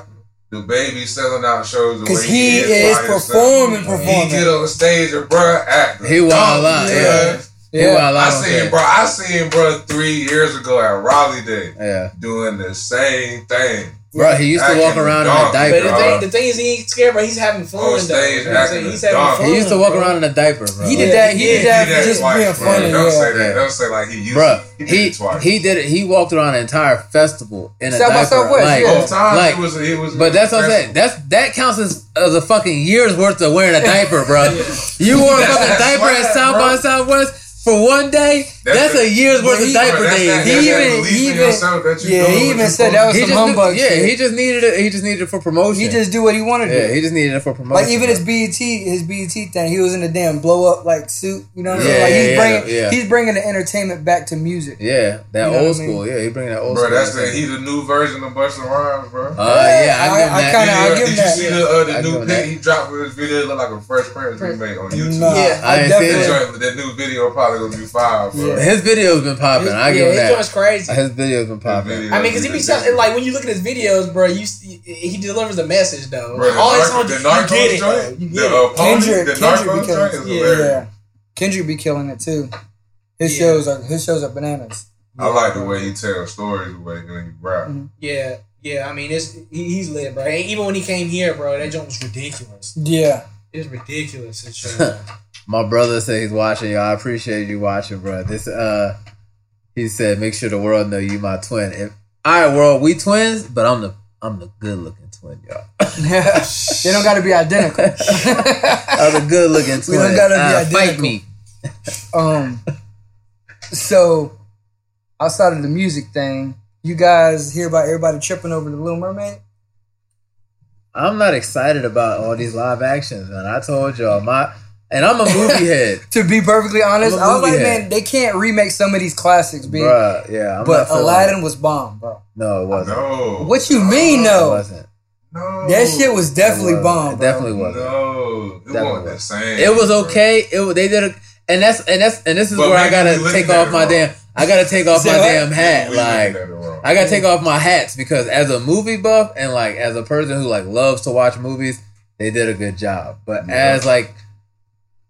the baby selling out shows the way because he by is himself. performing, He get performing. on stage and bruh act. He wild out. Yeah. Yeah. He Yeah. wild I out. on seen stage. bro. I seen bro three years ago at Raleigh Day Yeah. doing the same thing Bro, he used to Acting walk around in a dumb, But diaper. the bro. thing, the thing is, he ain't scared, bro. He's having fun. On though. stage, You know what I'm saying? acting he's a having dog. fun. He used to walk bro. around in a diaper, bro. He did that. He Yeah, did that He for did just twice, being bro. funny. Don't say Yeah. that. Yeah. Don't say like he used. Bro, to. He did he it twice. he did it. He walked around an entire festival in a South by diaper. Southwest, like, yeah. Both times like, he was. He was. but that's what I'm saying. That's that counts as, as a fucking year's worth of wearing a diaper, bro. You wore a fucking That's diaper at right, South by bro. Southwest for one day. That's That's, the- a year's worth he- of Bro, diaper that's days. that- He that's that even even- belief he in even- yourself that you yeah, doing he what even you're said supposed that was to some just humbug yeah, shit. he just needed it. He just needed it for Oh, promotion. He just do what he wanted to. yeah, do. he just needed it for promotion. like even his BET, his BET thing, he was in the damn blow up like suit. You know what I'm Yeah, saying? yeah, Like yeah, he's bringing, yeah. he's bringing the entertainment back to music. yeah, You know that old what I mean? school. Yeah, he bring that old Bro, school. that's the he the new version of Busta Rhymes, bro. Uh, yeah, I- I I, give him kinda- that. I'll give Did you, him did you that, see yeah. the uh, I'll the give new him that. pic he dropped with his video? Look like a Fresh Prince remake on YouTube. Nah, Yeah, I I ain't That, seen definitely. joint, that new video probably gonna be five, bro. Yeah. His video's been popping. I yeah, give him his that. joint's crazy. His video's been popping. video I mean, because he be is telling, like, when you look at his videos, bro, you see, he delivers a message, though. Bro, the All his narc- songs, the you narcos get it, though. joint, You the get it. uh, Pony, Kendrick- the Kendrick narco because- joint is yeah, hilarious. Yeah, Kendrick be killing it too. His Yeah. shows are his shows are bananas. I like the way he tells stories the way when he rap. Yeah, yeah. I mean, it's he, he's lit, bro. And even when he came here, bro, that joint was ridiculous. Yeah, It's ridiculous. It's uh, true. My brother said he's watching y'all. I appreciate you watching, bro. This uh, he said, make sure the world know you my twin. If all right, world, we twins, but I'm the I'm the good looking twin, y'all. they don't got to be identical. I'm the good looking twin. don't gotta be Ah, fight identical. me. Um, so outside of the music thing, you guys hear about everybody tripping over the Little Mermaid? I'm not excited about all these live actions, man. I told y'all my, and I'm a movie head, To be perfectly honest, I'm I a was like, movie head. man, they can't remake some of these classics, B. Bruh, Yeah, I'm not But feeling it. Aladdin was bomb, bro. No, it wasn't. No, What you mean It though? wasn't. No, That shit was definitely It wasn't. bomb. It bro. definitely wasn't. No, it That wasn't the was- same. It was bro. okay. It wa- they did a, and that's and that's and this is But where I maybe we gotta looking take at off it my wrong. damn. I gotta take off Say my what? damn hat. We looking Like at it wrong. I gotta take off my hats because as a movie buff and like as a person who like loves to watch movies, they did a good job. But Yeah. as like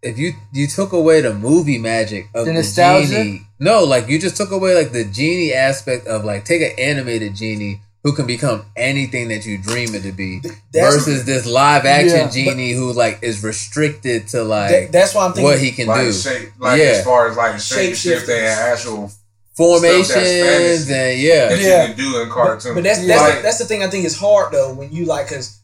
if you you took away the movie magic of The the, nostalgia? genie, no, like you just took away like the genie aspect of like take an animated genie who can become anything that you dream it to be that's- versus this live action Yeah, but- genie who like is restricted to like That- that's why I'm thinking. what he can like do. shape, like Yeah. as far as like shape Shapeshifters. shifting and actual Formations fantasy. and yeah. that Yeah. you can do in cartoons. But that's Yeah. that's, like, the, that's the thing I think is hard though when you like because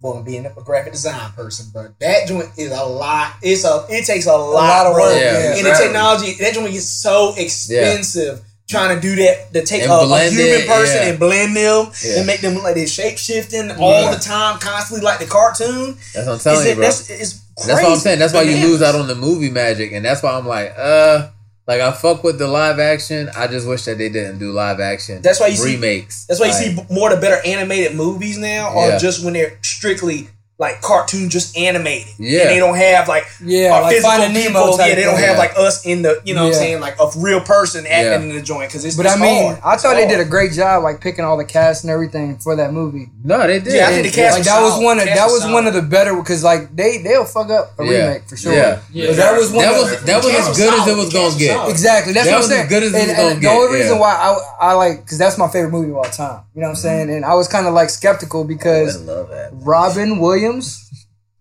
well being a graphic design person, but that joint is a lot. It's a it takes a lot, lot of bro. work, yeah. And the Exactly. technology that joint gets so expensive. Trying to do that to take a, And a blend human it, person yeah. and blend them Yeah. and make them look like they're shape shifting all the time, constantly like the cartoon. That's what I'm Is telling you, it, bro. that's, That's, it's crazy. what I'm saying. That's why you Bananas. lose out on the movie magic, and that's why I'm like, uh, like I fuck with the live action. I just wish that they didn't do live action. That's why you see- remakes. That's why you Like, see b- more of the better animated movies now, or Yeah. just when they're strictly like cartoon, just animated. Yeah. and they don't have like Yeah, our like physical Finding Nemo people. type Yeah, they don't thing. have like us in the you know what Yeah. I'm saying like a real person acting Yeah. in the joint because it's. But it's I mean, hard. I thought they It's did a hard. great job like picking all the cast and everything for that movie. No, they did. Yeah, I think the cast like that was solid. one of Cast that was was one solid. of the better because like they they'll fuck up a Yeah. remake for sure. Yeah. But that was one That of- was that was as good as it was gonna get. Exactly. That's That what I'm was saying. as good as and, it was gonna and get, The only yeah. reason why I, I like because that's my favorite movie of all time. You know what I'm saying? And I was kind of like skeptical I because love that. Robin Williams,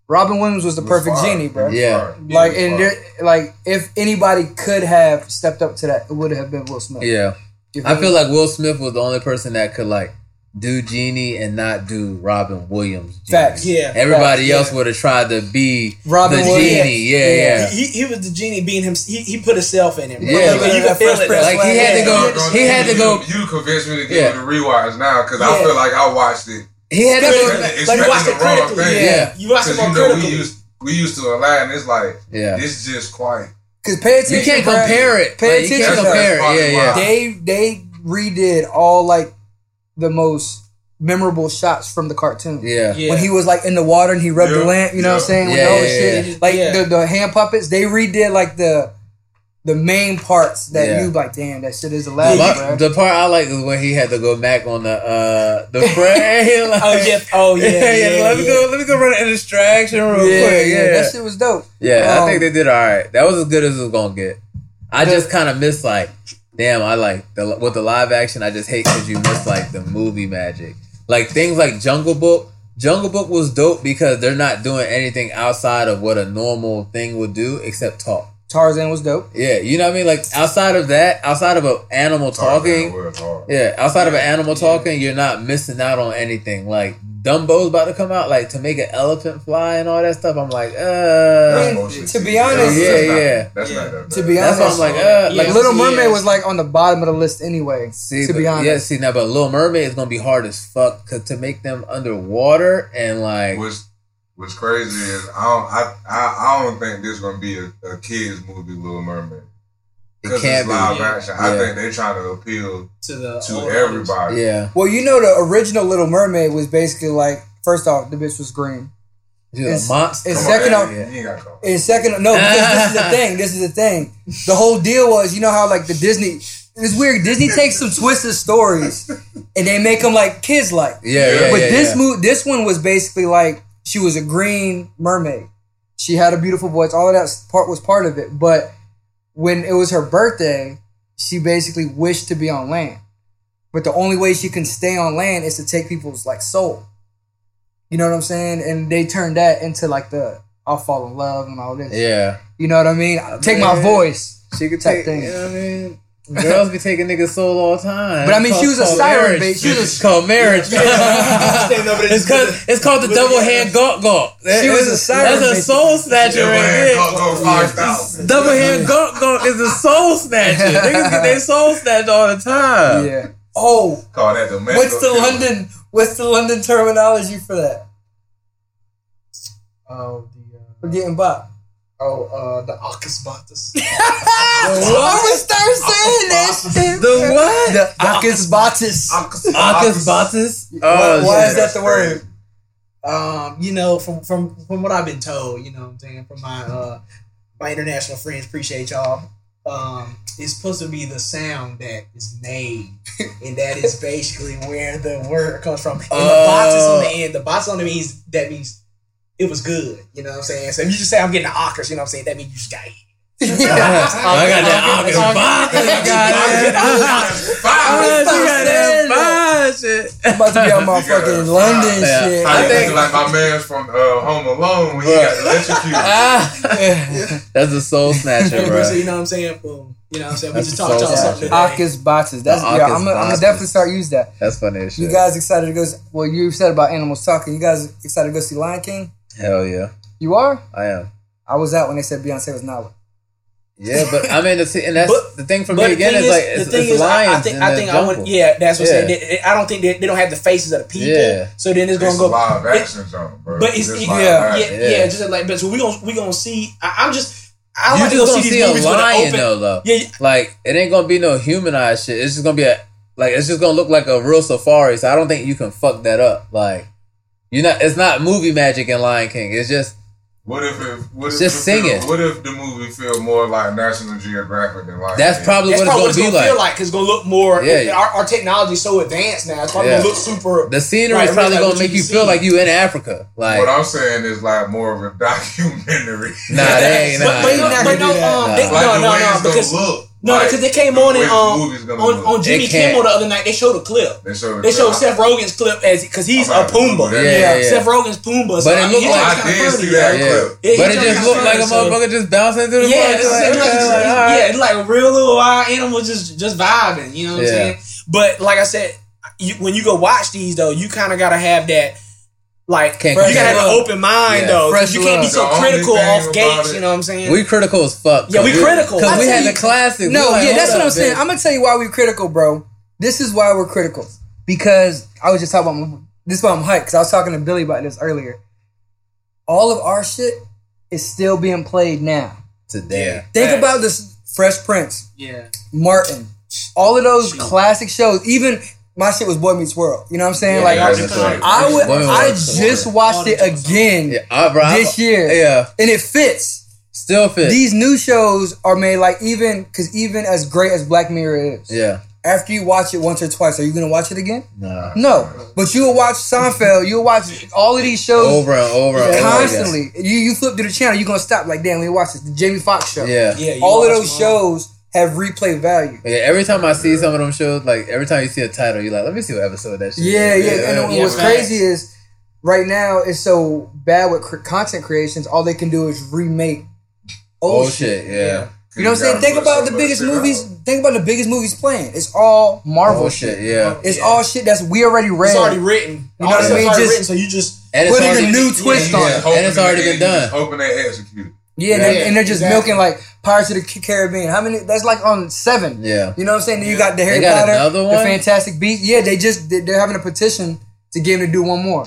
Robin Williams was the perfect genie, bro. Yeah. Like and there, like if anybody could have stepped up to that, it would have been Will Smith. Yeah, You feel I me? feel like Will Smith was the only person that could like do Genie and not do Robin Williams. Genie. Facts. Yeah, Everybody facts, else yeah. would have tried to be Robin the Williams. Genie. Yeah, Yeah. yeah. He, he was the genie being him. He, he put himself in him. bro. Yeah. Like, you Yeah. can feel it. Like, he had to go- he had to go- You convinced me to give Yeah. it a rewatch now because Yeah. I feel like I watched it. He had to Critically. go. expecting- Like, you watched it expecting the wrong critically. thing. Yeah, you watched it Because more you know we critically. used we used to a line. It's like Yeah, it's just quiet. Because pay attention. you can't bro. compare it. Pay Like, you can't attention, compare bro. it. Yeah, yeah. They they redid all like the most memorable shots from the cartoon. Yeah. Yeah. when he was like in the water and he rubbed the Yeah. lamp, you know what I'm Yeah. saying? With Yeah, all the yeah, shit. yeah. Like Yeah. the, the hand puppets, they redid like the the main parts that Yeah. you like, damn, that shit is The elaborate, part- bro. the part I like is when he had to go back on the uh the friend. like, Oh yeah. Oh yeah. yeah, yeah, Let me yeah. go. Let me go run an distraction real yeah, quick. yeah, Yeah, that shit was dope. yeah. Um, I think they did all right. That was as good as it was gonna get. I The- just kind of miss like, damn. I like the with the live action. I just hate because you miss like the movie magic, like things like Jungle Book. Jungle Book was dope because they're not doing anything outside of what a normal thing would do except talk. Tarzan was dope. Yeah, you know what I mean. Like outside of that, outside of an animal talking, yeah, outside of an animal talking, you're not missing out on anything. Like Dumbo's about to come out, like to make an elephant fly and all that stuff. I'm like, uh, To be honest- Yeah, yeah. That's not that To bad. be that's why I'm honest, like, uh, Yeah. like like Little Yeah. Mermaid was like on the bottom of the list anyway. See, to but, be honest, yeah, see now, but Little Mermaid is gonna be hard as fuck 'cause to make them underwater and like, What's What's crazy is I don't I I, I don't think this gonna be a, a kids movie Little Mermaid it because it's can't live be. yeah. action. I Yeah. think they're trying to appeal To the to older audience. everybody. Yeah, Well, you know, the original Little Mermaid was basically like, first off, the bitch was green. she's It's- a monster. it's Come second man, off- you ain't gotta call. And second, no, because this is the thing. This is the thing. The whole deal was, you know how like the Disney. It's weird. Disney takes some twisted stories, and they make them like kids like. yeah, yeah, but yeah, this yeah. move, this one was basically like she was a green mermaid. She had a beautiful voice. All of that s- part was part of it. But when it was her birthday, she basically wished to be on land. But the only way she can stay on land is to take people's like soul. You know what I'm saying? And they turned that into like the I'll fall in love and all this. yeah. You know what I mean? Take my man. voice. She could Type take. thing. You know what I mean? Girls be taking niggas soul all the time. But I mean, It's she was a called- siren, called babe. marriage. She was a- It's called marriage. I'm standing over there It's cause it's called the Look at double that. hand gawk gawk. That- She was that's- a siren, That's a babe. soul snatcher Yeah, right man, there. go, go five thousand. Double hand gawk gawk is a soul snatcher. Niggas get their soul snatched all the time. Yeah. Oh, Call that the man. What's the London? What's the London terminology for that? oh, the uh, For getting bought? oh, uh, the Akasbatas. I would start saying that shit. The what? The Akisbatis. Akas Batas. Why- Oh, why shit. is that the word? um, you know, from from from what I've been told, you know, what I'm saying from my uh my international friends, appreciate y'all. Um, it's supposed to be the sound that is made, and that is basically where the word comes from. And the box is Oh. on the end. The box on the means that means it was good. You know what I'm saying? So if you just say I'm getting the ockers, you know what I'm saying? That means you just got it. I got that Akas Batas. I got it. Five. Ah, She got that shit. I'm about to be on my fucking London Yeah. shit. I I think think- like my man's from uh, Home Alone when he got electrocuted. Ah. That's a soul snatcher, So bro. you know what I'm saying? Boom. You know what I'm saying? We That's just so talked y'all sad. something. today. Akisbatis. That's The yeah. I'm gonna I'm gonna Akisbatis. definitely start use that. That's funny as shit. You guys excited to go? s- Well, you said about animals talking. You guys excited to go see Lion King? Hell yeah, You are. I am. I was out when they said Beyonce was not. with- Yeah, but I mean, the, thi- and that's But- the thing for But me again the is thing like is, it's, the thing it's is, I, lions. I think I think I want would. Yeah, that's what I'm Yeah. saying. They- they- I don't think they, they don't have the faces of the people. Yeah. So then it's gonna It's a go. live it- action zone, bro. but it's, It's it- yeah, live yeah, action. yeah, Yeah. Just like, but so we gonna we gonna see. I, I'm just. I don't You like to just go gonna see see a these movies with an lion open. though, though. Yeah, yeah. Like it ain't gonna be no humanized shit. It's just gonna be a like it's just gonna look like a real safari. So I don't think you can fuck that up. Like You're not. It's not movie magic in Lion King. It's just What if it? What if Just the sing film- it. What if the movie feel more like National Geographic than like that's probably That's what probably what it's it's gonna be like. gonna feel like. 'cause It's gonna look more. Yeah. Our, our technology is so advanced now. It's probably Yeah. gonna look super. The scenery Right, is probably right, like gonna what make you you feel see. like you in Africa. Like What I'm saying is like more of a documentary. nah, they ain't. But, Nah, but, you're not but gonna no, do that. um, Nah. they, like no, the no, way no, it's because gonna look. no, because they came the on way and the um movie's gonna on, look. on Jimmy They can't. Kimmel the other night they showed a clip. They showed. They showed I- Seth Rogen's clip as because he's I'm a not gonna Pumbaa. Google Yeah, that. yeah, yeah. Seth Rogen's Pumbaa. So But it I mean, looked you know, like- it's I kinda did funny, see that right? Yeah. clip. Yeah, he but it jumped just out looked of like a the sun, so- motherfucker just bouncing through the Yeah, yeah, it's like, like, okay, it's like, all right. yeah, it's like a real little wild animal just just vibing. You know what Yeah. I'm saying? But like I said, you, when you go watch these though, you kind of gotta have that. Like Can't you gotta have an compare. open mind Yeah. though. 'cause Fresh You can't be love. so The only critical thing off about gates. it- You know what I'm saying? We critical as fuck. Yeah, we critical. because we I had see. the classic. No, yeah, that's what I'm saying. I'm gonna tell you why we're critical, bro. This is why we're critical because I was just talking about my- this. Is why I'm hyped because I was talking to Billy about this earlier. All of our shit is still being played now. today. Think Facts. about this: Fresh Prince, yeah, Martin, all of those Shoot. classic shows. Even my shit was Boy Meets World. You know what I'm saying? Yeah, like yeah, that's just- right. I would, Boy Meets I World. just All watched the it jokes. again Yeah, I, bro, I- this year, Yeah, and it fits. still fit. These new shows are made like even because even as great as Black Mirror is, yeah, after you watch it once or twice, are you gonna watch it again? nah. No. But you'll watch Seinfeld, you'll watch all of these shows Over and over and over. constantly. You you flip through the channel, you're gonna stop like damn, let me watch this. The Jamie Foxx show. Again. Yeah. yeah. you all of watch those them all. shows have replay value. Yeah, every time I see some of them shows, like every time you see a title, you're like, "Let me see what episode that shit." Yeah, is. yeah. And Yeah, what's facts. crazy is right now it's so bad with cr- content creations, all they can do is remake old, oh shit. shit, yeah, You know what I'm saying? gotta Think put about the so much biggest shit out. movies. Think about the biggest movies playing. It's all Marvel oh shit. shit, yeah. It's Yeah. all shit that's we already read. It's already written. You All know what I the stuff's mean? already Just- written, so you just And it's Putting already, a new yeah, twist You on it. just hoping And it's they- already been you just done. Hoping they execute. it. Yeah, and, they, Yeah, and they're just exactly. milking like Pirates of the Caribbean. How many? That's like on seven. yeah. You know what I'm saying? Then you got the They Harry got Potter, another the one? Fantastic Beasts. Yeah, they just they- they're having a petition to get him to do one more.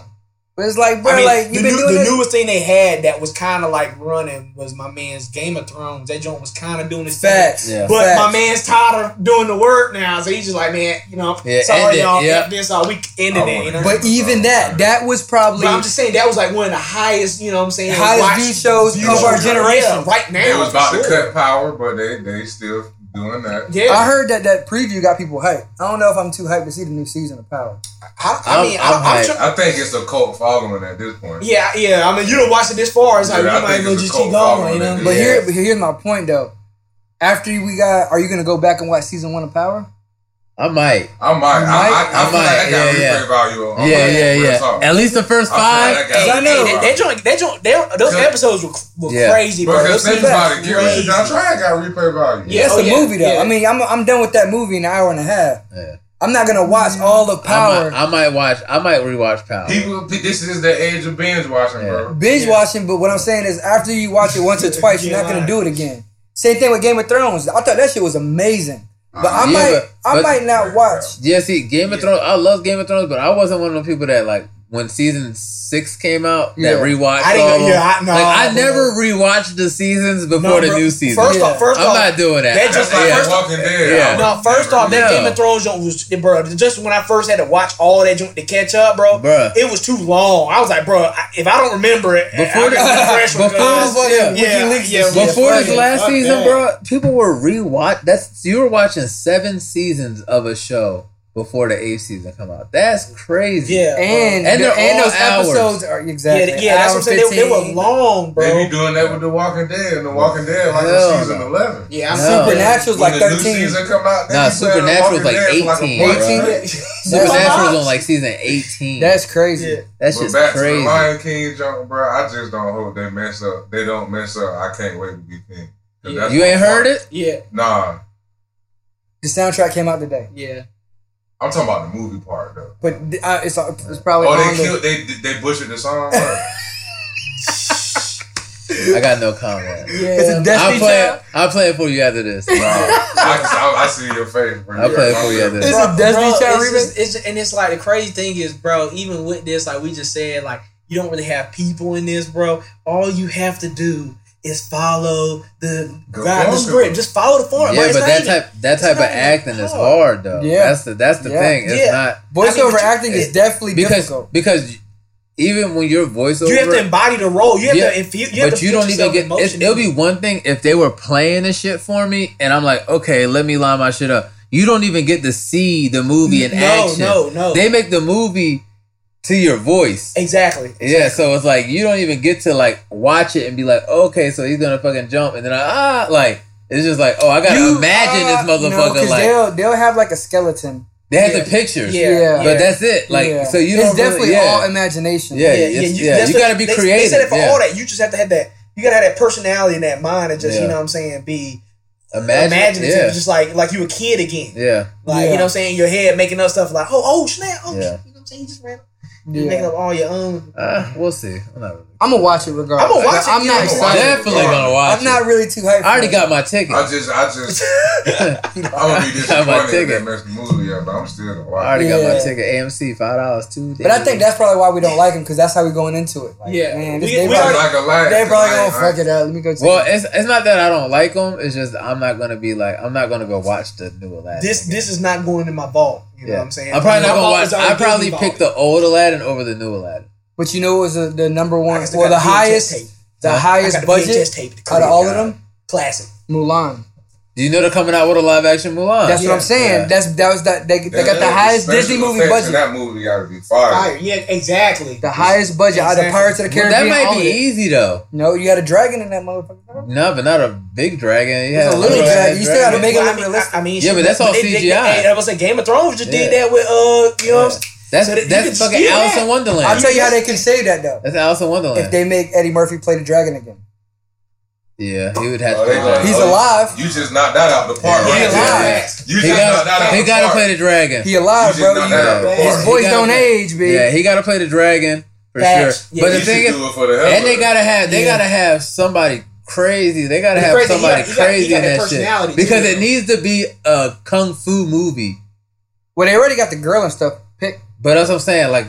But it's like, bro, I mean, like the, you've been new- doing the this. newest thing they had that was kind of like running was my man's Game of Thrones. That joint was kind of doing his thing. facts. Yeah. But facts. my man's tired of doing the work now, so he's just like, man, you know, Yeah, end sorry it, y'all, yeah. yeah. this all week ended I it. You know? wanna- but, But even that, that was probably I'm just saying that was like one of the highest, you know, what I'm saying Highest watched viewed shows viewed of our shows. generation. Yeah, right now. They was about to for sure. cut power, but they they still doing that. Yeah, I heard that that preview got people hyped. I don't know if I'm too hyped to see the new season of Power. I, I I'm- mean, I'm I, am hyped. trying. I think it's a cult following at this point. Yeah, yeah. I mean, you don't watch it this far. It's like Yeah, I you might think as well it's a just cult keep going. following You know. that But Yeah. here, but here's my point though. After we got, are you gonna go back and watch season one of Power? I might. I might. I, I, I, I feel might, like I got yeah, replay value. On, yeah, like, yeah, real yeah. talk. At least the first I feel five. like I got Hey, replay hey, value. that joint, that joint, they- those Yeah. episodes were, were Yeah. crazy, bro. Because Those think seasons about it, were get rid of crazy. John Try got replay value. Yeah. That's Oh, a movie though. yeah. I mean, I'm I'm done with that movie in an hour and a half. Yeah. I'm not gonna watch Mm. all of I Power. might, I might watch. I might rewatch Power. People, this is the age of binge watching, bro. binge watching, but what I'm saying is after you watch it once or twice, you're not gonna do it again. Same thing with Game of Thrones. I thought that shit was amazing. But I Uh-huh. Uh, yeah, might but- I but- might not watch. Yeah, see, Game of Yeah. Thrones. I love Game of Thrones, but I wasn't one of the people that like when season six came out Yeah. that rewatched. I didn't all know- of them. yeah, I- nah, like, I bro. never rewatched the seasons before the bro. new season. First Yeah. off, first I'm off, not doing that. that That's just like yeah. first- Walking Dead. Yeah. I No, would first never off, that No. Game of Thrones joint was bro. Just when I first had to watch all that joint to catch up, bro, Bruh. it was too long. I was like, bro, I, if I don't remember it, Before I the- gotta refresh before because- the fucking yeah, WikiLeaks yeah, and shit. Before yeah, this last fuck season, that. bro, people were rewatch. That's you were watching seven seasons of a show before the eighth season come out. That's crazy. Yeah, bro. And And and, they're and all those hours. episodes are yeah, exactly th- yeah, that's what I'm saying. They, they were long. long, bro. They be doing that with The Walking Dead, and The Walking Dead like Hell on season no. eleven. yeah, I'm No. Supernatural's When like the thirteen. New season come out, they Nah, be playing The Supernatural's Walking like Dead for like 18. a month. 18? Supernatural's on like season eighteen. That's crazy. Yeah. that's But just back to crazy. the Lion King jump, bro. I just don't hope they mess up. They don't mess up. I can't wait to be king. 'Cause Yeah. that's You my ain't heard part. it? yeah, Nah, The soundtrack came out today, yeah. I'm talking about the movie part though. but uh, it's it's probably Oh, on they the, killed. They they butchered the song. Right? I got no comment. Yeah, it's a I'll Destiny play. Child. It, I'll play it for you after this. Nah, I, I, I see your face. bro. I'll play it for you after It's this. a Destiny Child it's remake. just- it's just- and it's like the crazy thing is, bro. Even with this, like we just said, like you don't really have people in this, bro. All you have to do is follow the The guide, the formula. script. Just follow the form. Yeah, it's but not that even- type that it's type of not even acting is hard. hard though. Yeah. That's the that's the Yeah. thing. It's Yeah. not Voiceover I mean, acting is definitely because difficult. because even when your voiceover, You have to embody the role. You have Yeah, to infuse. You have but to you put don't even yourself get. It's, emotion it'll in be it. one thing if they were playing the shit for me, and I'm like, okay, let me line my shit up. You don't even get to see the movie in No, action. no, no. They make the movie to your voice. exactly. Yeah, so it's like you don't even get to like watch it and be like, okay, so he's gonna fucking jump, and then ah, like it's just like, oh, I gotta You- imagine uh, this no, motherfucker. 'cause like they'll they'll have like a skeleton. they have yeah. the pictures, Yeah, Yeah. but that's it. Like Yeah. so you it's don't. really- definitely yeah. all imagination. Yeah. it's- yeah, that's you what- gotta be they, They creative, said it for yeah. all that. You just have to have that. You gotta have that personality and that mind, and just you Yeah. know what I'm saying, be Imagine, imaginative, yeah, just like like you a kid again. yeah, Like you know what I'm saying, your head making up stuff like oh oh snap, oh Yeah. shit, you know what I'm saying, you just ran, you making yeah. up all your own. Uh, we'll see. I'm not really. I'm gonna watch it regardless. I'ma watch it, I'm yeah, not I'ma watch excited. it. Definitely gonna watch. I'm not it. really too hyped. I already for it. got my ticket. I just, I just, I I'm gonna be I got my disappointed if they ticket. messed the movie up, but I'm still gonna watch. already got my Yeah. ticket. AMC five dollars two days. But I think that's probably why we don't like him because that's how we going into it. Like, Yeah. man, this, We- they, we it. I'm probably, already- not gonna lie. they probably I- gonna I- fuck it up. Let me go. Take Well, it. it's it's not that I don't like them. It's just I'm not gonna be like I'm not gonna go watch the new Aladdin. This this is not going in my vault. You know Yeah. what I'm saying. I'm probably My not gonna vault is watch. already I probably Disney pick vault. the old Aladdin over the new Aladdin. but you know, it was the, the number I one got- I or got the VHS highest, tape. the I got highest the VHS budget tape out of all of God. them. classic. Mulan. Do you know they're coming out with a live action Mulan? That's what Yeah. I'm saying. Uh, Yeah. That's that was that they, they got the Yeah, highest special Disney movie effects budget. in That movie gotta be fire. Fire. Yeah, exactly. The highest budget out Exactly. of Pirates of the Well, Caribbean. that might all be of it. easy though. No, you got a dragon in that motherfucker. No, but not a big dragon. It's You had a little little-ass dragon. You still gotta make it Well, look I mean, realistic. I, I mean, Yeah, shit, but that's all they- CGI. They, hey, I was like Game of Thrones just did Yeah. that with uh, you know, what I'm That's So that you can that's fucking steal Alice that. in Wonderland. I'll tell you how they can save that though. that's Alice in Wonderland. If they make Eddie Murphy play the dragon again, yeah, he would have Oh, to. they gonna- he's oh, alive. You just knocked that out the park Yeah, right he there. alive. You He just knocked that out got. the He got to park. play the dragon. He alive, You just bro. knocked You- that out the Yeah. park. His voice He got don't that. age, B. yeah, he got to play the dragon for Facts. sure. But Yeah, You the should thing is, do it for the hell and they of it. gotta have they Yeah. gotta have somebody crazy. They gotta It's have crazy. You somebody gotta- you gotta- you crazy gotta in have that personality, shit because too. it needs to be a kung fu movie. Well, they already got the girl and stuff picked. But that's what I'm saying. Like,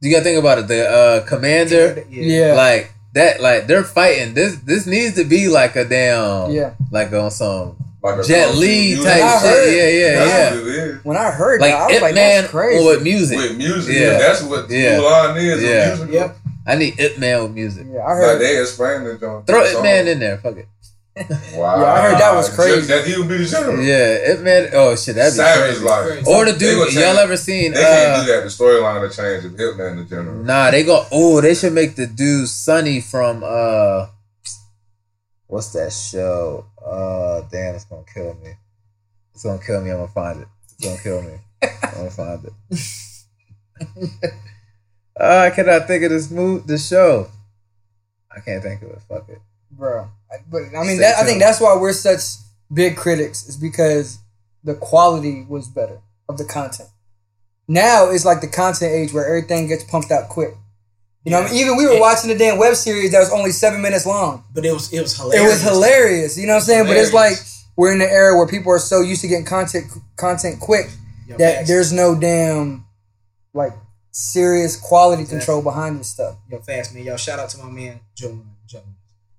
you gotta think about it. The uh, commander. saying? Yeah. like that like they're fighting this this needs to be like a damn Yeah. like on some Like a jet Kung Fu Li music. type I heard. shit yeah yeah That's yeah what it is. When I heard that, I like was Ip like, Man that's crazy. with music With music, Yeah. that's what Yeah. Mulan is. Yeah. A musical. Yep. I need Ip Man with music yeah, I Like heard. they explained it on throw the Ip Man song. in there fuck it Wow, Yeah, I heard that was crazy. Just that he would be the general. yeah Ip Man oh shit that'd be Savage crazy like or the They gonna dude change- y'all ever seen They can't uh, do that. The storyline will change if Hitman the general. nah they go oh they should make the dude Sonny from uh what's that show uh damn it's gonna kill me it's gonna kill me I'm gonna find it it's gonna kill me I'm gonna find it. uh, I cannot think of this move, this show. I can't think of it. Fuck it. bro. I- But I Stay mean, that, I tuned. think that's why we're such big critics is because the quality was better of the content. Now it's like the content age where everything gets pumped out quick. You know, what I mean, even we were watching the damn web series that was only seven minutes long. But it was it was It hilarious. was hilarious. You know what I'm saying? But it's Hilarious. like we're in the era where people are so used to getting content content quick Yo, that facts. there's no damn like serious quality control behind this stuff. Yo, fast man. Y'all shout out to my man John. John.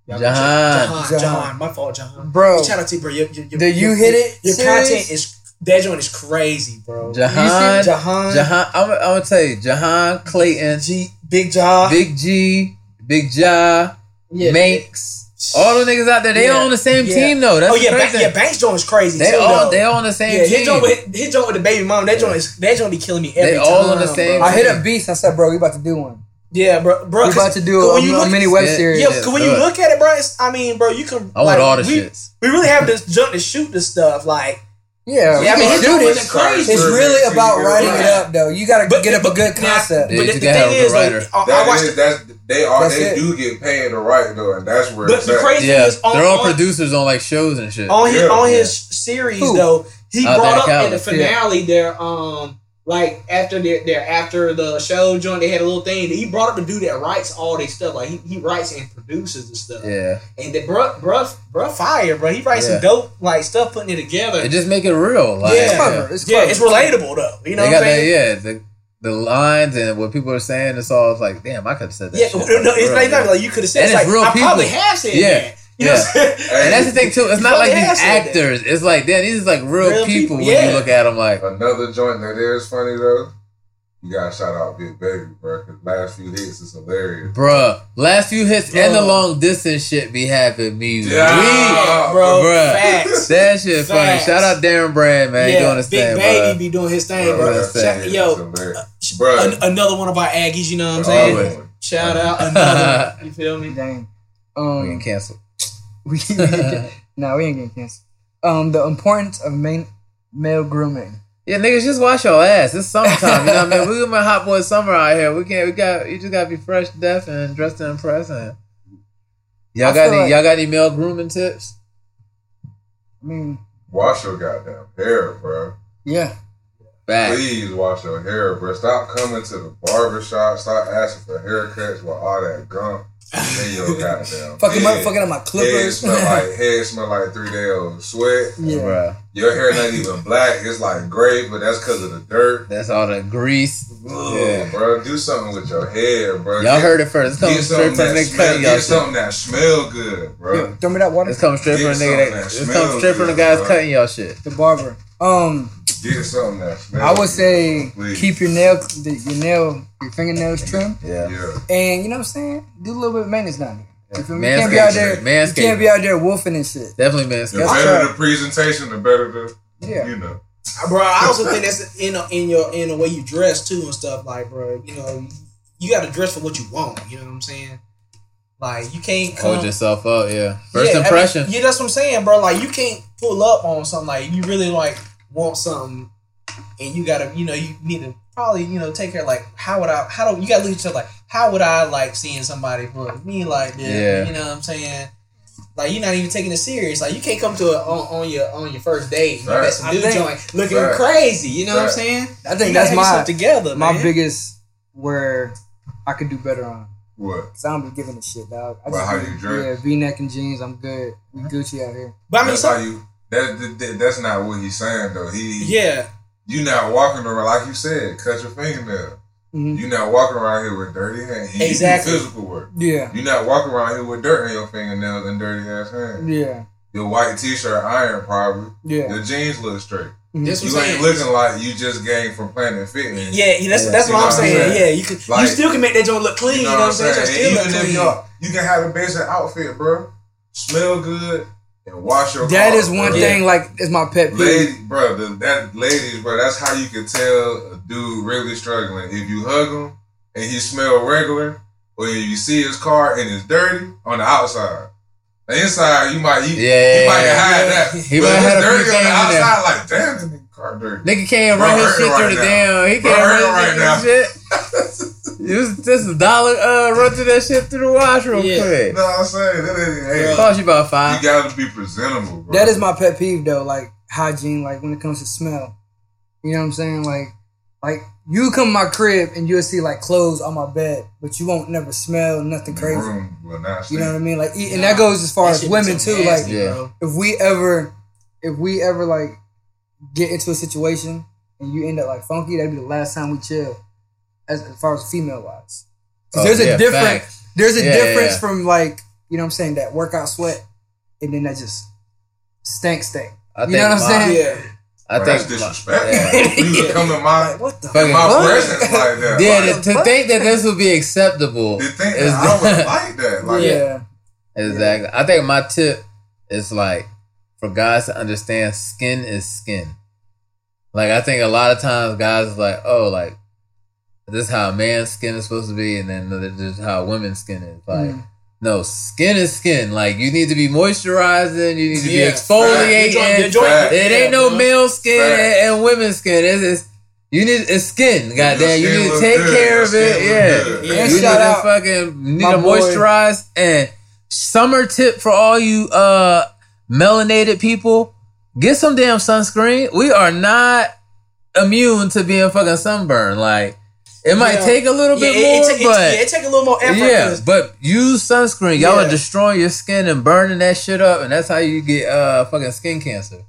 Y'all go Jahan. check- Jahan. Jahan. Jahan. My fault, Jahan. Bro. Shout out to you, bro. Your, your, your, The You your- Hit It Your series? content is that joint is crazy, bro. Jahan, Jahan, Jahan. I'm, I'm gonna tell you, Jahan Clayton, G. Big Jaw. Big G, Big Ja, Manx, all the niggas out there. They Yeah. all on the same Yeah. team though. That's oh yeah, crazy. ba- yeah. Banks joint is crazy. they too, all though. they all on the same Yeah, his team. joint, with, his joint with the baby mom. That joint is that joint be killing me every They time. all on the same- Bro. I hit up Beast. I said, "Bro, we about to do one. Yeah, bro. bro We 'cause- about to do but a, when you a look- mini web Yeah. series." Yeah, 'cause when you do it. look at it, bro, it's, I mean, bro, you can. I want like, all the we, shits. We really have this junk to shoot this stuff, like. Yeah, Yeah, I mean, we his can joint do wasn't this. crazy. It's really about writing it up, though. You got to But- get up a good Now, concept. Yeah, But you the, the gotta have thing a is, like, writer. I, I That watched. is, the, that's they are. That's they it. do get paid to write though, and that's where. but it's the at. crazy yeah, is on, they're all on- producers on like shows and shit. on his Yeah. on his series Who? though. He Oh, brought Danny up in Cowley, the yeah. finale there. Um, like after their, their after the show joint, they had a little thing. He brought up the dude that writes all this stuff. Like he, he writes and produces and stuff. yeah, And the bruh bruh bruh fire, bro. He writes Yeah. some dope like stuff putting it together. it just make it real. Like, Yeah. It's clever. It's yeah, clever. it's relatable though. You know they what got I'm that, saying? yeah. The, the lines and what people are saying, it's all it's like, damn, I could have said that. Yeah, shit. no, no, it's not Real, even like you could have said. And it's it's like, real I probably people. have said Yeah. that. You know what I'm saying? And that's the thing too. It's not You like probably have these said that. actors. It's like damn, these is like real, Real people. people, When yeah. you look at them, like Another joint that is funny though You gotta shout out Big Baby, bro. Cause last few hits is hilarious. Bruh, last few hits and the Bruh. long distance shit be having me weak. Yeah, bro. Bruh. Facts. That shit funny. Facts. Shout out Darren Brand, man. you doing his Big thing, Baby bruh. be doing his thing, Bro, bro. that Shout, thing yo, is hilarious. sh- Bruh. an- another one of our Aggies, you know what I'm saying? Always. Shout out another. you feel me? Dang. We getting Um, canceled. we, we ain't- nah, we ain't getting canceled. Um, the importance of main, male grooming. Yeah, niggas, just wash your ass. It's summertime. You know what I mean? We in my hot boy summer out here. We can't. We got. You just gotta be fresh, deaf, and dressed to impress. And y'all I got feel any? like- y'all got any male grooming tips? I mean, Wash your goddamn hair, bro. yeah. Back. Please wash your hair, bro. Stop coming to the barber shop. Stop asking for haircuts with all that gunk in your goddamn. Fucking head. motherfucking up my Head clippers. smell like head smell like three day old sweat. yeah. Bruh. Your hair not even black. It's like gray, but that's because of the dirt. That's all the grease. Ugh, Yeah. bro. Do something with your hair, bro. Y'all heard it first. It's coming Get straight something, from the that nigga cutting smell, y'all get shit. something that smell good, Yo, bro. throw me that water. It's coming straight Get from the something nigga. that That, it's coming smells straight from the good, guys bruh. cutting y'all shit. The barber. Um, Get something that smells. I would say good, please. keep your nail, your nail, your fingernails trimmed, Yeah. Yeah. and you know what I'm saying. Do a little bit of maintenance down there. You, feel me? You can't be out there. Manscaping. You can't be Manscaping. out there wolfing and shit. Definitely manscaping. The That's better right. the presentation, the better the Yeah. you know. bro. I also think that's in in your in the way you dress too and stuff. Like, bro, you know, you got to dress for what you want. You know what I'm saying? Like, you can't come. Hold yourself up, yeah. First Yeah, I mean, impression. yeah, that's what I'm saying, bro. Like, you can't pull up on something like you really like want something, and you gotta, you know, you need to probably, you know, take care. Like, how would I? How do you gotta look at yourself? Like, how would I like seeing somebody look me like that? Yeah. You know what I'm saying? Like you're not even taking it serious. Like you can't come to it on, on your on your first date. Right. Right. That's some I dude think- joint looking Right. crazy. You know what I'm Right. saying? I You think gotta that's have yourself my together. my man. biggest where I could do better on. What? Cause I don't be giving a shit, dog. I About how you Mm-hmm. be- dress? Yeah, V neck and jeans. I'm good. We Gucci out here. But I mean, that's some- how you. That, that- that- that's not what he's saying though. He yeah, You not walking around like you said. Cut your fingernail. Mhm. You not walking around here with dirty hands. You Exactly. do physical work. Yeah, You not walking around here with dirt on your fingernails and dirty ass hands. yeah, Your white t-shirt iron probably. yeah. Mm-hmm. Your jeans look straight. that's what you I'm saying. ain't looking like you just gained from Planet Fitness. Yeah, yeah, that's Yeah. that's You what know I'm what I'm saying. saying? Yeah, you can Like- you still can make that joint look clean. You know what I'm saying? It Still And look even if clean. y'all, you can have the basic outfit, bro. Smell good and wash your. That car, is one bro. thing. Like, it's my pet peeve. Lady, bro, the, that ladies, bro, that's how you can tell a dude really struggling. If you hug him and he smell regular, or if you see his car and it's dirty on the outside. The inside, you might you, Yeah, you might yeah, hide yeah. that. He but might if have had a it's few dirty on the things in there. outside, like damn, the nigga car dirty. Nigga can't Bro, run his hurt shit right through the now. damn. He Bro, can't hurt run right his now. shit through the shit. this, this is dollar uh, run through that shit through the wash real Yeah. You quick. know what I'm saying? That ain't, hey, It cost you about you five. gotta be presentable, bro. That is my pet peeve though, like hygiene, like when it comes to smell. You know what I'm saying? Like like you come to my crib and you'll see like clothes on my bed, but you won't never smell nothing The crazy. room will not You know what I stink. mean? Like e- and that goes as far That as shit be women so too. Like nasty, Yeah. bro. if we ever if we ever like get into a situation and you end up like funky, that'd be the last time we chill as, as far as female wise. 'Cause Oh, there's a yeah, different facts. there's a Yeah, yeah, difference yeah. from like, you know what I'm saying, that workout sweat and then that just stank stank. I you know what I'm my- saying? yeah. I Bro, think that's my- disrespectful. yeah. You can come in my, Like, what the in Fucking- my What? presence like that. Yeah, like, to- to think that this would be acceptable to think is- that I would like that. Like, yeah. Exactly. I think my tip is like for guys to understand skin is skin. Like I think a lot of times guys is like, oh, like this is how a man's skin is supposed to be, and then this is how women's skin is. Like, Mm. no, skin is skin. Like you need to be moisturizing, you need to Yeah. be Your Oh, exfoliating. joint- your joint- Fact. It yeah, ain't no bro. male skin Fact. and, and women's skin. It's, it's you need it's skin. Goddamn, you skin need to look take good. care Your of skin it. look Yeah, good. Yeah. you And need shout to out fucking need my to boy. moisturize. And summer tip for all you uh melanated people: get some damn sunscreen. We are not immune to being fucking sunburned. Like it might Yeah. take a little Yeah, bit it, it more, take- it, but yeah, it take a little more effort. yeah, 'cause- but use sunscreen. Y'all Yeah. are destroying your skin and burning that shit up, and that's how you get uh fucking skin cancer.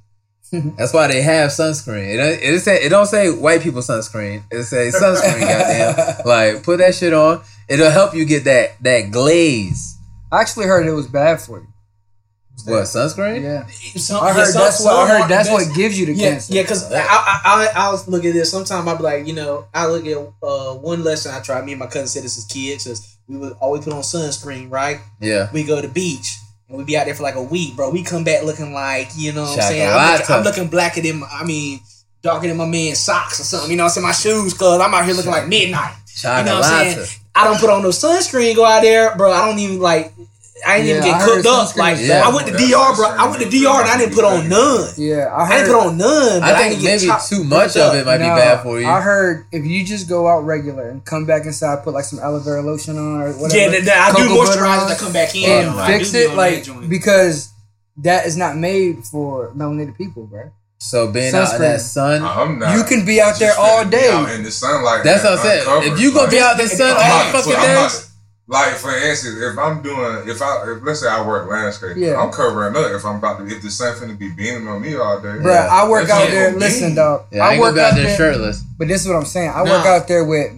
that's why they have sunscreen. It don't- it, say, it don't say white people sunscreen. It say sunscreen. goddamn, like put that shit on. It'll help you get that that glaze. I actually heard it was bad for you. What sunscreen? Yeah, Some- I yeah, heard some- that's what some I are- heard that's what gives you the yeah, cancer. Yeah, because I, I, I, I'll look at this. Sometimes I'll be like, you know, I look at uh, one lesson I tried. Me and my cousin said this as kids because we would always put on sunscreen, right? Yeah. We go to the beach and we be out there for like a week, bro. We come back looking like, you know what I'm saying? I'm looking, Chocolate. I'm looking blacker than, my, I mean, darker than my man's socks or something. You know what I'm saying? My shoes, because I'm out here looking like midnight. You Chocolate. know what I'm saying? I don't put on no sunscreen, go out there, bro. I don't even like. I ain't even Yeah, get I heard cooked up. sunscreen Like is bad. I went to DR, bro. I went to DR and I didn't put on none. yeah. I I heard didn't put on none. But I I think didn't get maybe chopped- too much up. of it might be No, bad for you. I heard if you just go out regular and come back inside, put like some aloe vera lotion on or whatever. Yeah, that, that I do cocoa butter moisturize on, to come back in and though. I do fix be it on like that joint. because that is not made for melanated people, bro. so being out in Sunscreen. that sun, I'm not. You can be out there Just all finna be day. out in the sunlight. that's man, what I'm saying. uncovered, If you gonna be like- out in the sun all I'm the not- fucking I'm day, not- Like for instance, if I'm doing, if I, if, let's say I work landscape, Yeah. I'm covering up. If I'm about to, if the sun finna be beaming on me all day, Bruh, I work That's out there. what it Listen, mean. dog. yeah, I ain't work gonna be out there shirtless. But this is what I'm saying. I Nah. work out there with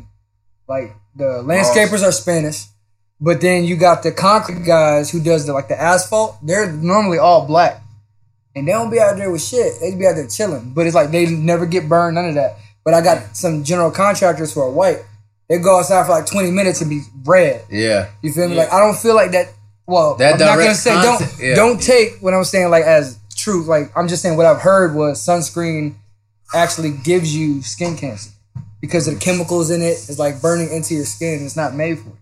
like the landscapers are Spanish, but then you got the concrete guys who does the like the asphalt. They're normally all black, and they don't be out there with shit. They be out there chilling. But it's like they never get burned, none of that. But I got some general contractors who are white. They go outside for like 20 minutes and be red. Yeah, You feel me? Like I don't feel like that. Well, That I'm not gonna direct say contact- don't yeah. don't take what I'm saying like as truth. Like I'm just saying what I've heard was sunscreen actually gives you skin cancer because of the chemicals in it is like burning into your skin. It's not made for it.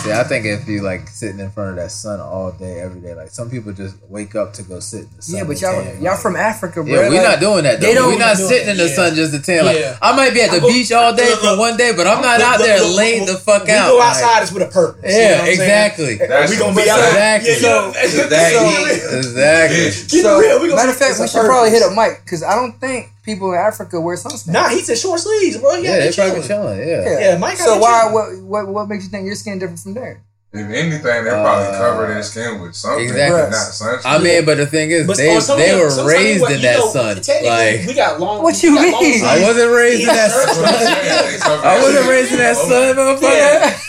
see, I think if you like sitting in front of that sun all day, every day, like some people just wake up to go sit in the sun. yeah, but and y'all tan. y'all from Africa, bro. Yeah, we're Like, not doing that. they Though. don't We're not do sitting in the that. sun just to tan. Like Yeah. I might be at the I go- beach all day look, for look. one day, but I'm not Look, out look, there look, laying the look, fuck we out. go like- outside is with a purpose. you know what yeah, I'm saying? exactly. That's We gonna be out Exactly. Yeah, yeah. So that So- Exactly. Keep So, it real. We gonna matter of fact, it's we a should probably purpose. hit up Mike because I don't think people in Africa wear sunscreen. Nah, he said short sleeves, bro. Yeah, Yeah, they they probably chilling. chilling. Yeah. Yeah, Mike So out there why chilling. what what what makes you think your skin different from theirs? If anything, they probably Uh, cover their skin with something, exactly. but not sunscreen. I mean, but the thing is, But they on some they level- were some- some raised level, in you that know, sun. technically, Like we got long. What we you got long mean? sleeves. I wasn't raised in that Yes, That's what I'm sun. saying. They cover I their wasn't skin Oh, raised in that with sun, motherfucker.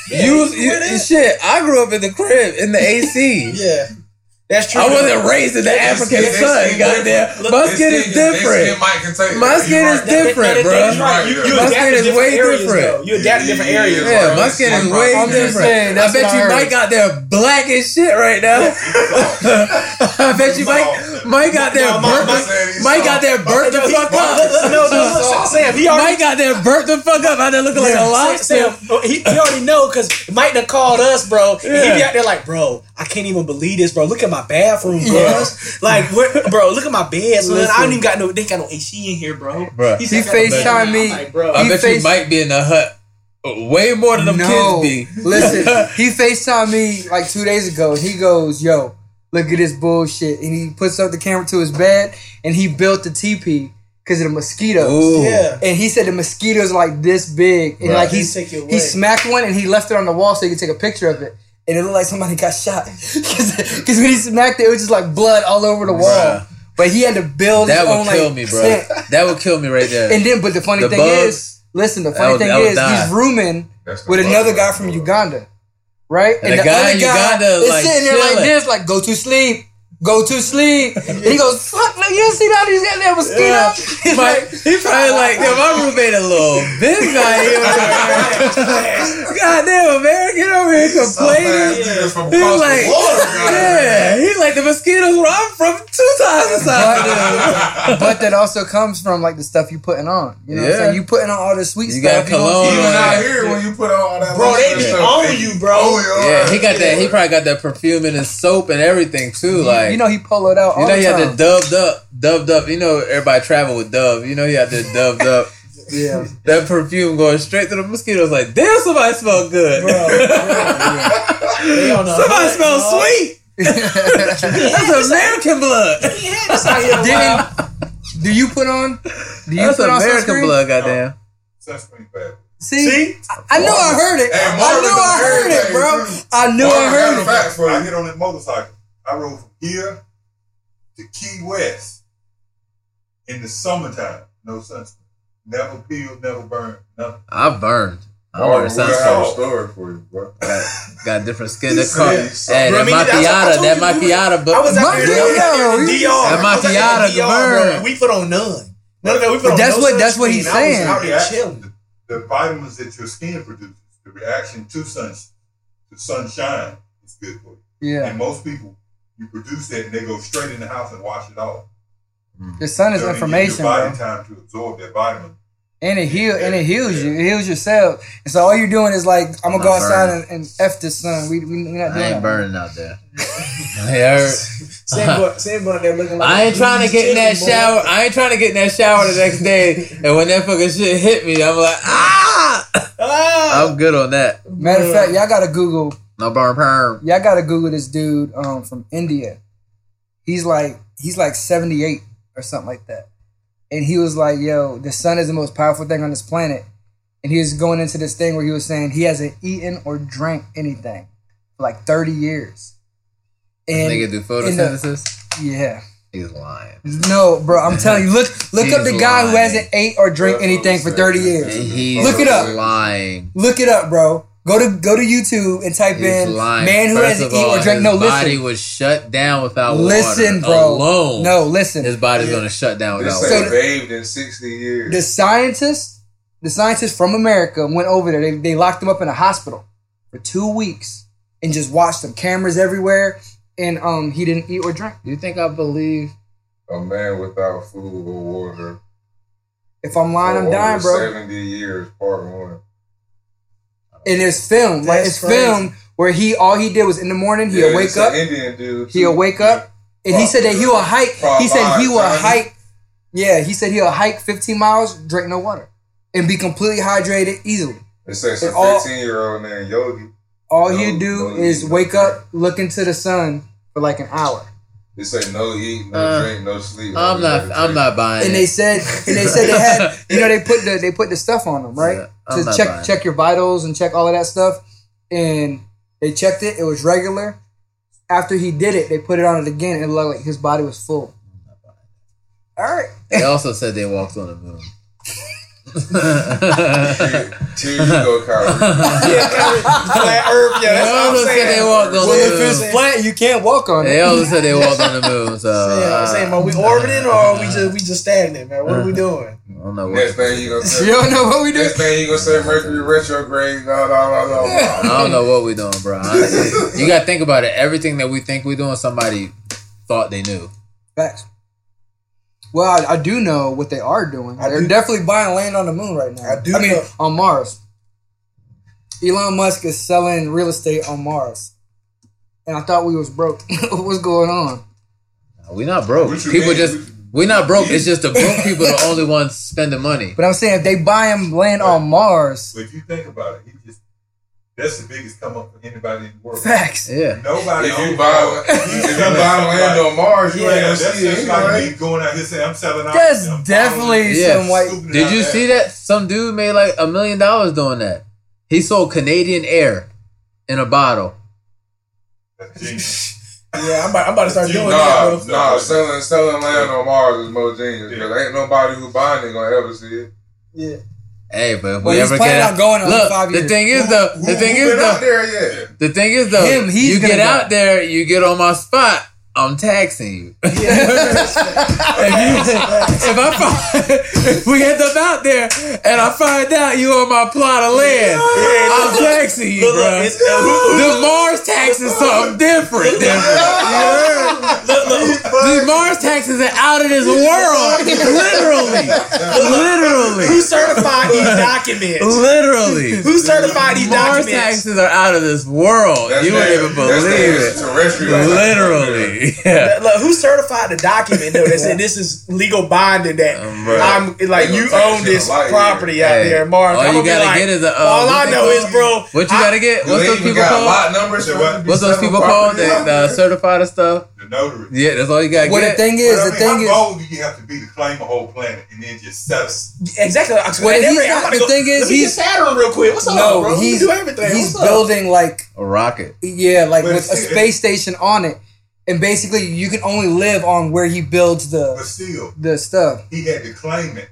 Yeah. You, Yeah. you shit. I grew up in the crib in the AC. Yeah, that's true. I wasn't raised in the It's- African it's- sun. it's Goddamn, different. my They skin is they Skin different. might contain My skin You is right. different, bruh. That's right. You, you My adapt skin to is different way areas, different. though. You adapt to different Yeah, areas. yeah, Yeah, my skin is way I'm just different. saying, I that's bet what I you heard. Mike out there black as shit right now. I bet you Mike Mike out there No, my- my- burnt the- Mike out there burnt the fuck No, up. no, no, Sam. He already Mike out there burnt the fuck up. Out there looking like a lobster. Sam, Sam, he, he already know because Mike done called us, bro. And He be Yeah. out there like, bro, I can't even believe this, bro. Look at my bathroom, bro. Yeah. Like, where, bro, look at my bed, son. I Listen. don't even got no, they got no AC in here, bro. Bruh. said, He "I got a FaceTimed bedroom." me. I'm Like, bro, I He bet you faced- Mike be in the hut way more than them kids be. Listen, he FaceTimed me like two days ago and he goes, Yo, look at this bullshit. And he puts up the camera to his bed and he built the teepee because of the mosquitoes. Ooh. yeah. And he said the mosquitoes are like this big. And Right. like They he, take you he away. smacked one and he left it on the wall so he could take a picture of it. And it looked like somebody got shot. Because when he smacked it, it was just like blood all over the wall. Bruh. But he had to build That his would own, kill like, me, bro. scent. That would kill me right there. And then, but the funny The thing bugs. is, listen, the I funny would- thing I would is, die. he's rooming That's the with bug another right guy from there. Uganda, right? And the guy in Uganda, is like, sitting there like chilling. this, like go to sleep, go to sleep. and he goes, "Fuck, look, you see that these goddamn mosquitoes?" Yeah. He's Mike, like, he probably like, yo, my roommate a little bitch out here. Goddamn, man, get over here complaining. He like, yeah, he like the mosquitoes where I'm from two times the size. of them. but that also comes from like the stuff you putting on. You know, what I'm Yeah. saying you putting on all this sweet You got stuff. you know what I'm cologne Even saying? on. out here, when you put on all that, Bro, they mustard be stuff, Oh, on they you, be bro. on you. Oh, Yeah, he got that. He probably got that perfume in his soap and everything too. Like, you know, he poloed out. All you know, the he time. had the dubbed up, dubbed up. You know, everybody travel with Dove. You know, he had the dubbed up. yeah. That perfume going straight to the mosquitoes. Like, damn, somebody smell good. Bro, bro, They on the Somebody hunt, smells dog. sweet. That's American blood. We had this out here a Then, while. do you put on? Do you That's put on American sunscreen? blood, goddamn. That's pretty bad. See, I knew I heard it. Hey, I Marvin knew the I heard it, Hurricane, bro. too. I knew I heard got it. a fact for I you. hit on that motorcycle. I rode from here to Key West in the summertime. No sunscreen. Never peeled, never burned, nothing. Oh. I burned. I don't wear Marvin, we have a sunscreen. story for you, bro. Got different skin. He That car. said so. Hey, Bro, I that mean, that's what I macchiata. told That you, macchiata. we was- I was out My there, deal, I was out there in you- DR. That I was out there in macchiata, DR, bro, burn. and we put on none. No, no, no, we put on That's no what- that's what sunscreen. he's saying. I was out there chilling. The, the vitamins that your skin produces, the reaction to sun, to sunshine is good for you. Yeah, And most people, you produce that and they go straight in the house and wash it off. the sun is Doesn't give information, Your bro. body time to absorb that vitamin. And it heal and it heals you. It heals yourself. And so all you're doing is like, I'm gonna go Not outside and, burning. and f the sun. We we we not I doing ain't that. burning out there. I heard. Sam boy, Sam boy out there looking like I ain't a trying to Blues get in that chicken, boy. shower. I ain't trying to get in that shower the next day. And when that fucking shit hit me, I'm like, ah, Ah, I'm good on that. Matter of fact, y'all gotta Google. No burn perm. Y'all gotta Google this dude um, from India. He's like he's like 78 or something like that. And he was like, "Yo, the sun is the most powerful thing on this planet." And he was going into this thing where he was saying he hasn't eaten or drank anything for like 30 years. And Nigga do photosynthesis. yeah. He's lying. No, bro, I'm telling you. Look, look up He's the guy who lying. hasn't ate or drank anything for 30 years. He's Look it up. Lying. Look it up, bro. Go to go to YouTube and type He's in lying. man who First hasn't of eaten all, or drank. No, his body listen, was shut down without listen, water bro. alone. No, listen. his body's gonna shut down They without say So- water. bathed in sixty years. the scientists, the scientists from America went over there. They, they locked him up in a hospital for two weeks and just watched them. Cameras everywhere, and um, he didn't eat or drink. You think I believe? a man without food or water. If I'm lying, for I'm dying, over bro. Seventy years, part one. And it's filmed, like That's it's filmed where he all he did was in the morning he'll Yeah, wake it's up. an Indian dude. He'll too. wake up, and he Fuck. said that he will hike. He said he will Fuck. hike. Yeah, he said he'll hike 15 miles, drink no water, and be completely hydrated easily. It says some It all- fifteen year old named Yogi. All No, he'll do no is eating, no wake up, look into the sun for like an hour. They say no eat, no Uh, drink, no sleep. I'm no not. I'm meditation. not buying. And it. they said, and they said they had, you know, they put the they put the stuff on them, right? Yeah, I'm to not check buying it. check your vitals and check all of that stuff. And they checked it; it was regular. After he did it, they put it on it again, and it looked like his body was full. All right. They also said they walked on the moon. Here you go, Kyrie. yeah, Kyrie, flat Earth, yeah, They that's what I'm also said saying. they walked on Well, the if it's moon. flat, you can't walk on They it. also said they walked on the moon. So Yeah, uh, I'm saying, are we orbiting or are we just we just stagnant, man? What are we doing? I don't know Next what. thing you gonna You say. don't know what we do. Next thing you gonna say Mercury retrograde. Blah blah blah blah. I don't know what we're doing, bro. Honestly. You gotta think about it. Everything that we think we're doing, somebody thought they knew. Facts. Well, I, I do know what they are doing. I They're do- definitely buying land on the moon right now. I do I mean, know- on Mars. Elon Musk is selling real estate on Mars, and I thought we was broke. What's going on? We're not broke. What you People mean? just we're not broke. It's just the broke people are the only ones spending money. But I'm saying if they buy him land on Mars, But if you think about it, he just that's the biggest come up for anybody in the world. facts. Yeah. Nobody If you owns buy, it. if He's you selling buy somebody. land on Mars, you Yeah, ain't gonna that's see it. just like anyway. me going out here saying I'm selling out. That's I'm definitely Yeah. some white. following- Did you see that? Some dude made like a million dollars doing that. He sold Canadian Air in a bottle. That's genius. Yeah, I'm about, I'm about to start You doing Nah, that, bro. nah, selling selling land on Mars is more genius. Cause ain't nobody who buying it gonna ever see it. Yeah, Hey, but if Well, we he's ever planning get on going on look, five the years. thing is though, the Who- thing who is been out though, there yet? the thing is though, Him, he's you gonna get go. out there, you get on my spot, I'm taxing you. if, you- if I find, if we end up out there and I find out you on my plot of land, I'm taxing you, Look, look, bro. it's- uh, who- The Mars tax is something different, than- look, look, The Mars tax is out of this world, literally, who literally, certified these documents? literally. Who certified these Mars documents? taxes are out of this world. That's you wouldn't that- even that's that believe it. Terrestrial, Literally. Yeah. That- Look, who certified the document though that said this is legal binding that Um, bro. I'm like They you gonna own tax you this a lot property here. out Hey, there, Mars. all I'm you gonna be gotta like, get is a, uh, all what I they know call- is, bro. What you I- gotta get? Do What's they those even people got called? lot numbers? Say what? What's those people called? That uh, certified and stuff. The notary. Yeah, that's all you gotta Well, the get. thing is, the thing how is, bold do you have to be to claim a whole planet and then just settle? exactly. I- Well, that he's rate, not- I'm about the to go- thing is, let me he's- get Saturn real quick. What's up, bro? no, We he's do everything. he's What's up? building like A rocket. Yeah, like But with a see- space station on it, and basically you can only live on where he builds But the still, the stuff. he had to claim it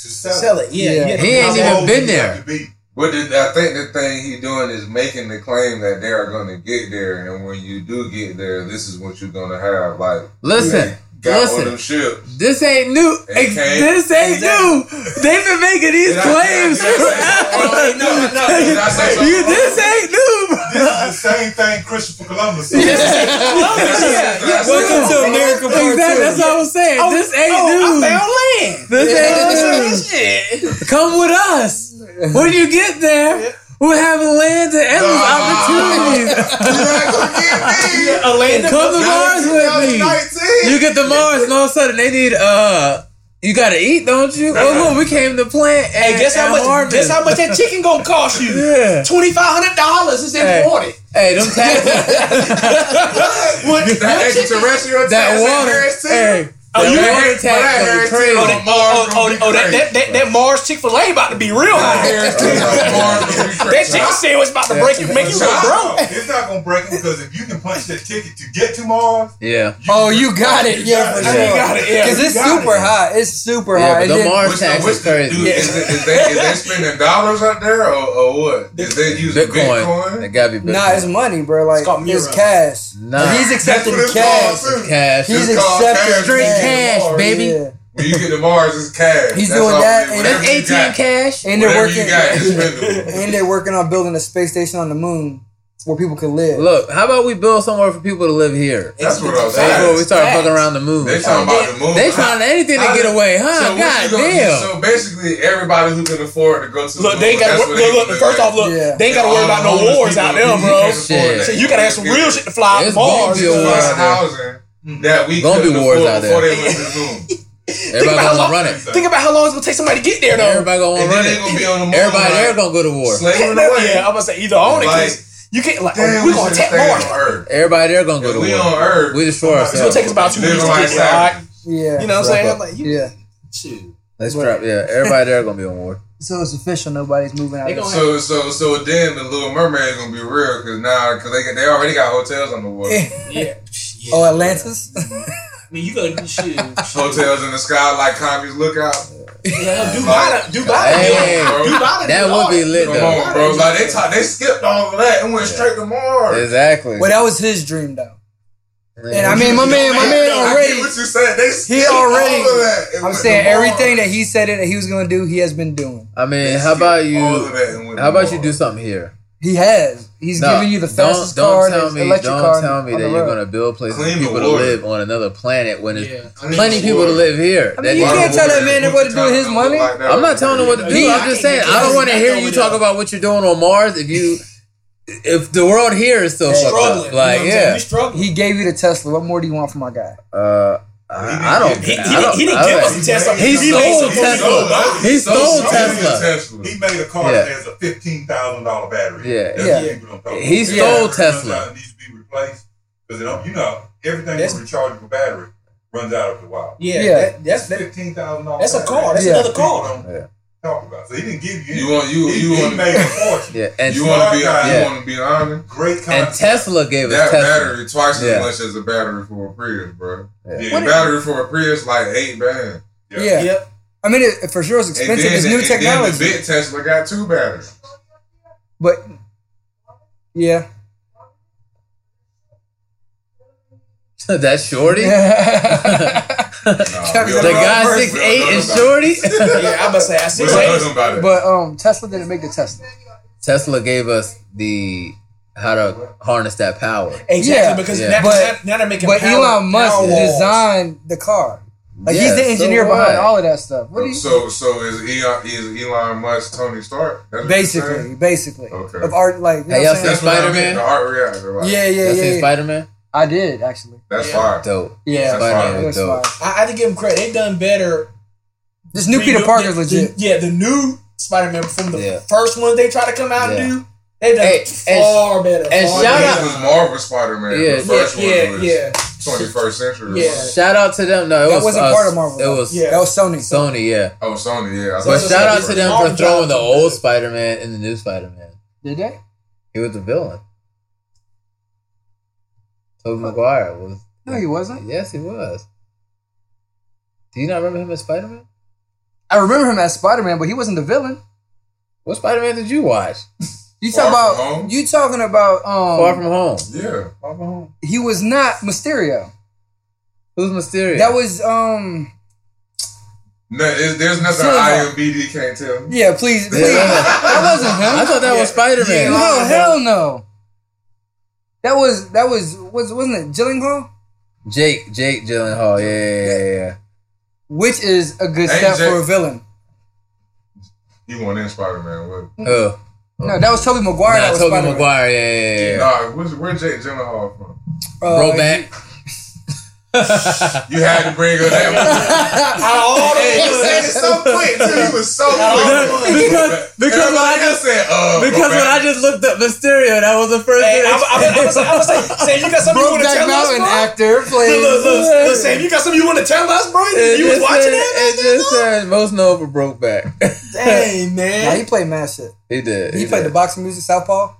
to settle. Sell it. Yeah, Yeah. you get- He ain't How even bold been do you there. have to be? But the, I think the thing he doing is making the claim that they are going to get there, and when you do get there, this is what you're going to have. Like, Listen, got on Listen. them ships. This ain't new. It Ex- came- This ain't new. They've been making these Did I- claims did I say- forever. No, no, no, did I say something You- wrong? This ain't new. This is the same thing Christopher Columbus said. Did I say Welcome something to wrong? America Part Exactly. That's Two. what I was saying. this ain't oh, new. I found land. This ain't new. Come with us. When you get there, we'll have land and endless Nah. opportunities. You're not going to get me. A land of Come to milk Mars with me. 2019. You get to Mars, and all of a sudden they need uh. You gotta eat, don't you? Oh look, we came to plant. And, Hey, guess how and much? harvest. Guess how much that chicken gonna cost you? Yeah. Twenty five hundred dollars is Hey. important. Hey, them taxes. That extraterrestrial that water. Hey, Oh, that you water heard- tax but I gonna be heard crazy. too. Oh, that, Mars oh, gonna oh, be oh, that, crazy. that, that, that Mars Chick Fil A about to be real high. That chicken sandwich about to break you, make you go broke. It's not gonna break it because if you can punch that ticket to get to Mars, Yeah, Oh, you got it. Yeah, for You sure. got it, yeah. Cause it's You got super it. high. It's super yeah, high. but And the then- Mars Which, tax which, is crazy. Dude, is, it- is, they, is they spending dollars out there or, or what? Is they using Bitcoin. Bitcoin? It gotta be Bitcoin. Nah, it's money, bro. Like It's called it's, Miro. cash. Nah. He's accepting That's what cash. it's called, too. cash. He's It's called accepting cash. Straight cash, baby. Yeah. When you get to Mars, it's cash. He's That's doing all that, it is. and Whatever That's you 18 got, cash. And they're Whatever you working. got is spendable. and they're working on building a space station on the moon where people could live. Look, how about we build somewhere for people to live here? That's what I was Before saying. we start Facts. fucking around the moon. They talking about the moon. They trying anything to How- get away, huh? So what you God gonna do? damn. So basically, everybody who can afford to go to the Look, moon, they ain't got that's to look. what they Look, can look, do. first off, look, Yeah. they ain't got to worry All about no the homeless wars people out who there, bro. can't afford Shit. that. So you got to have some real shit Mm-hmm. to fly It's to Mars. gonna be a Give war. cuz- us out there. housing that we Gonna be couldn't wars afford out before there. they went to the moon. Everybody about how- gonna run it. Think about how long it's gonna take somebody to get there, though. Everybody gonna wanna And run then they gonna it. be on the moon. Everybody like, there gonna go to war. slaving away. yeah, I'm gonna say either on it, Like, 'cause you can't. Like, Damn, we're we gonna should attack stay on Mars. Earth. Everybody there gonna go If to we war. on Earth, We destroy It's gonna ourselves. take us about two Living weeks to like get there. All right, savages. Yeah. you know what I'm saying? Like, you, Yeah. shoot. Let's trap. Yeah, everybody there gonna be on war. So it's official. Nobody's moving out. They of gonna- So so so then the Little Mermaid is gonna be real because now because they got- they already got hotels on the water, Yeah. yeah. Oh, Atlantis. I mean, you gonna shoot. hotels in the sky like Commies Lookout. Yeah, Dubai, Dubai, Hey. Dubai, That would be lit Come though. on, bro! Like they ta- they skipped all of that and went straight to Mars. Exactly. well, that was his dream though. And I Yeah. mean, my man, my man I get already. what you said. They skipped already- All of that and I'm went saying to Mars. everything that he said it that he was gonna do, he has been doing. I mean, They how about skipped you? all of that and went How to about you Mars. do something here? He has. He's No, giving you the don't- fastest don't car, tell the me, electric don't car. tell me on that the you're road. gonna build places for Clean the people to water. live on another planet when there's Yeah. I mean, plenty of people to live here. I That mean, you is- can't tell that man that what to do with his money. I'm not telling them what to do. Yeah, I'm I just can't saying get I don't this want to back hear over you there. talk about what you're doing on Mars if you if the world here is still fucked struggling. up. Like you know what I'm saying? yeah, we struggling. He gave you the Tesla. What more do you want from my guy? uh, He didn't I, I don't. give- He, he, I didn't, don't- he didn't I give don't- us a Tesla. He made stole some- Tesla. He stole Tesla. He made a car Yeah. that has a fifteen thousand dollar battery. Yeah. That's Yeah. what people don't talk about. He That stole battery runs Tesla. out and Needs to be replaced because you know everything That's- with rechargeable battery runs out after a while. Yeah, Yeah. That, that's that, fifteen thousand dollars. that's a car. That's Yeah. another car. Yeah. Talk about. So he didn't give you. You want you he, you he want to made a fortune. Yeah, and you want to be Yeah. you want to be honest. Great and concept. Tesla gave us That Tesla. battery twice Yeah. as much as a battery for a Prius, bro. Yeah. The battery for a Prius like eight bands. Yeah. Yeah. Yep. I mean, it, for sure, it's And expensive. then, It's the- new and then the technology, big Tesla got two batteries. but yeah. that shorty. Nah, Uh, we The don't The know guy about it. six We don't eight know and about shorty. Yeah, I'm gonna say I it. see. We don't know about it. but um, Tesla didn't make the Tesla. Tesla gave us the how to harness that power. Exactly Yeah. because Yeah. Now, But- now, now they're making But power, Elon Musk power walls. designed the car. Like Yeah, he's the so engineer behind what? all of that stuff. What do you? so so is Elon, is Elon Musk Tony Stark? That's what you're basically, saying? basically, Okay. of art, like you know Hey, what I'm y'all saying? that's what I mean, Spider-Man? The art reactor, like, yeah, yeah, Y'all yeah. seen yeah. Spider Man? I did actually. that's Yeah. fire. Dope. Yeah, That's Spider it Man was was dope. fire. I, I had to give them credit. They done better. This new Redo- Peter Parker's the- legit. the- yeah, the new Spider-Man from the Yeah. first one they tried to come out Yeah. and do. They done Hey, and- far better. and far This shout better. out- was Marvel Spider-Man. Yeah, the first yeah, yeah, one was yeah. 21st century. Yeah. right? Shout out to them. No, it That was wasn't us. part of Marvel, It though. was Yeah. That was Sony. Sony. Yeah. Oh, Sony. Yeah. I But so- thought- shout so out to it's them Marvel for throwing jobs the are old good. Spider Man in the new Spider Man. Did they? He was the villain. Tobey Maguire was. No, he wasn't. Yes, he was. Do you not remember him as Spider Man? I remember him as Spider Man, but he wasn't the villain. What Spider Man did you watch? You Far talk about From Home? you talking about um Far from home. Yeah. Far from home. he was not Mysterio. Who's Mysterio? That was um No, it's, there's nothing Silver. IMBD can't tell me. yeah, please please. Yeah. that wasn't him. I thought that was Spider Man. No, hell no. That was that was was wasn't it Gyllenhaal? Jake, Jake Gyllenhaal. Yeah, yeah, yeah, yeah. Which is a good Hey, step Jake. for a villain. He won't in Spider Man with. Oh, No, that was Toby Maguire. that nah, was Tobey Spider-Man. Maguire. Yeah, yeah, yeah. yeah. Nah, where's, where's Jake Gyllenhaal from? Uh, Bro back. You had to bring up that. Hey, you said it so quick too. You was so quick. because because when I Everybody just said, uh, because when I just looked up Mysterio, that was the first Hey, thing. I, I, I, was, I was like, Sam, you got something you want to Brokeback tell us, Mountain bro? actor Look, look, plays. look, look, Sam, you got something you want to tell us, bro? It You was just watching said- it? It just said most known for Brokeback. Dang, Nah, man. he played mad shit. he did. He played the did. boxing music, Southpaw.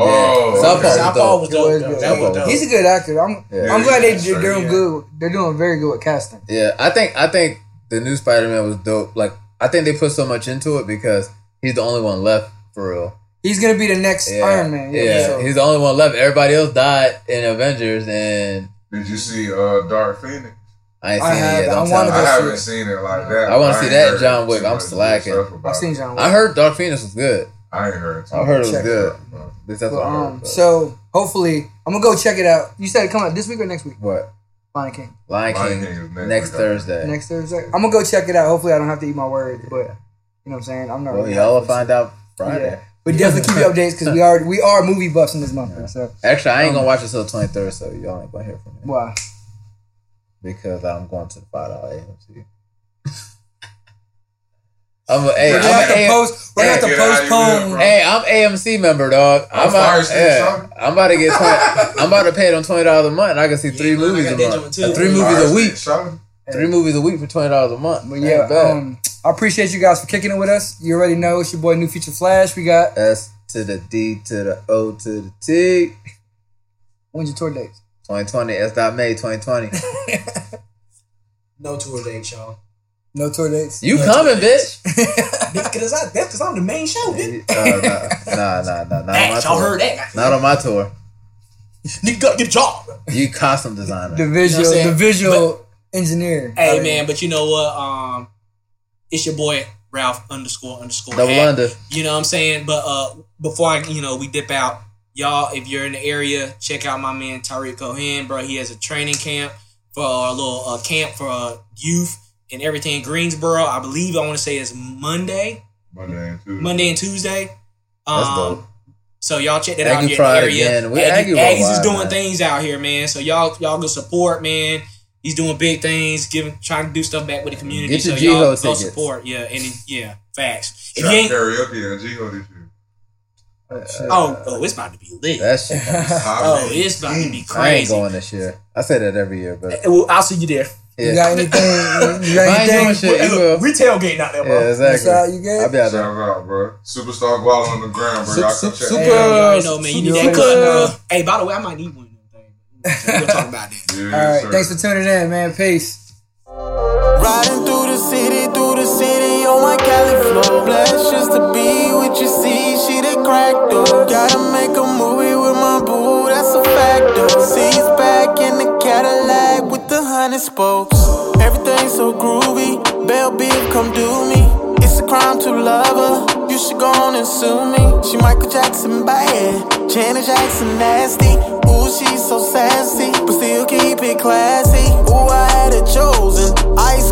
Yeah. okay. Southpaw. South Paul was dope. was though. good. That was Southpaw. dope. He's a good actor. I'm Yeah. I'm glad they, Yeah, they're doing yeah. good. They're doing very good with casting. Yeah, I think I think the new Spider Man was dope. Like I think they put so much into it because he's the only one left for real. He's gonna be the next Yeah, Iron Man. Yeah, yeah, so- he's the only one left. Everybody else died in Avengers, and Did you see uh, Dark Phoenix? I ain't I seen it have- yet. I I'm wanna telling I go- you. haven't seen it like that. I wanna but see ain't that heard John Wick. too I'm much slacking. stuff about I've seen it. John. Wick. I heard Dark Phoenix was good. I ain't heard. too I heard it was Check it good. much about At least that's But, what I heard. um, but- so hopefully, I'm gonna go check it out. You said it come out this week or next week? what? Lion King. Lion King, Lion King is next next, week, I think. Thursday. Next Thursday. I'm gonna go check it out. Hopefully, I don't have to eat my words, but you know what I'm saying. I'm not. well, really y'all will find out Friday. Yeah. But definitely keep you updates because we are we are movie buffs in this month. So Actually, I ain't Um, gonna watch it till twenty third, so y'all ain't gonna hear from me wow. because I'm going to the five dollar AMC. I'm a, hey, we're I'm gonna have to a, AM post. We're gonna Hey, have get out to of here, postpone. bro. hey, I'm AMC member, dog. I'm I'm, about, Firestone, yeah, son. I'm about to get 20, I'm about to pay it on twenty dollars a month, and I can see three Yeah, man, I movies a got that month. joint too. Uh, three it. movies a week, Charlotte? three movies a week for twenty dollars a month. But Ain't yeah, bad. um, I appreciate you guys for kicking it with us. You already know it's your boy New Future Flash. We got S to the D to the O to the T. when's your tour dates? 2020 S dot May 2020. No tour dates, y'all. No tour dates. You coming, bitch? Because I, that's because I'm the main show, bitch. Uh, nah, nah, nah, nah, not on my That, y'all tour. heard that. Not on my tour. Nigga gotta get a job. You costume designer. The visual, saying? the visual engineer. Oh, Hey, man, but you know what? Um, It's your boy, Ralph underscore underscore. Double Hack. under. You know what I'm saying? But uh before I you know, we dip out, y'all, if you're in the area, check out my man Tariq Cohen, bro. He has a training camp for a little uh, camp for uh, youth and everything in Greensboro. I believe I want to say it's Monday. Monday and Tuesday. Monday and Tuesday. Um That's dope. so y'all check that out Aggie in your Pride area. again. We Aggie, Aggie Aggie's is worldwide, doing man. things out here, man. So y'all y'all go support, man. He's doing big things, giving trying to do stuff back with the community. Get your so y'all G-Ho go tickets. support. Yeah, and yeah, facts. If Shot you ain't karaoke and G-Ho this year. Oh, shit. Oh, oh, it's about to be lit. That shit. Oh, it's about to I be ain't crazy. going this year. I say that every year, but Eh, well, I'll see you there. You yeah, got anything? You I got ain't doing anything? shit. You will. we tailgating out there, Yeah, That's exactly. all you get. I'll be out Shout there. out, bro. Superstar Guala on the ground, bro. Y'all come Sup- check sup- it You already Super- know, man. You need Super- that Super- cut. Hey, by the way, I might need one of them things. We'll talk about that. out. Yeah, All right. sir. Thanks for tuning in, man. Peace. Riding through the city, through the city on my Cali flow. Blessed just to be what you see, she the crack though. Gotta make a movie with my boo, that's a fact though. Seats back in the Cadillac with the honey spokes. Everything so groovy, Bell Beef, come do me. It's a crime to love her, you should go on and sue me. She Michael Jackson bad, Janet Jackson nasty. Ooh, she's so sassy, but still keep it classy. Ooh, I had it chosen. Ice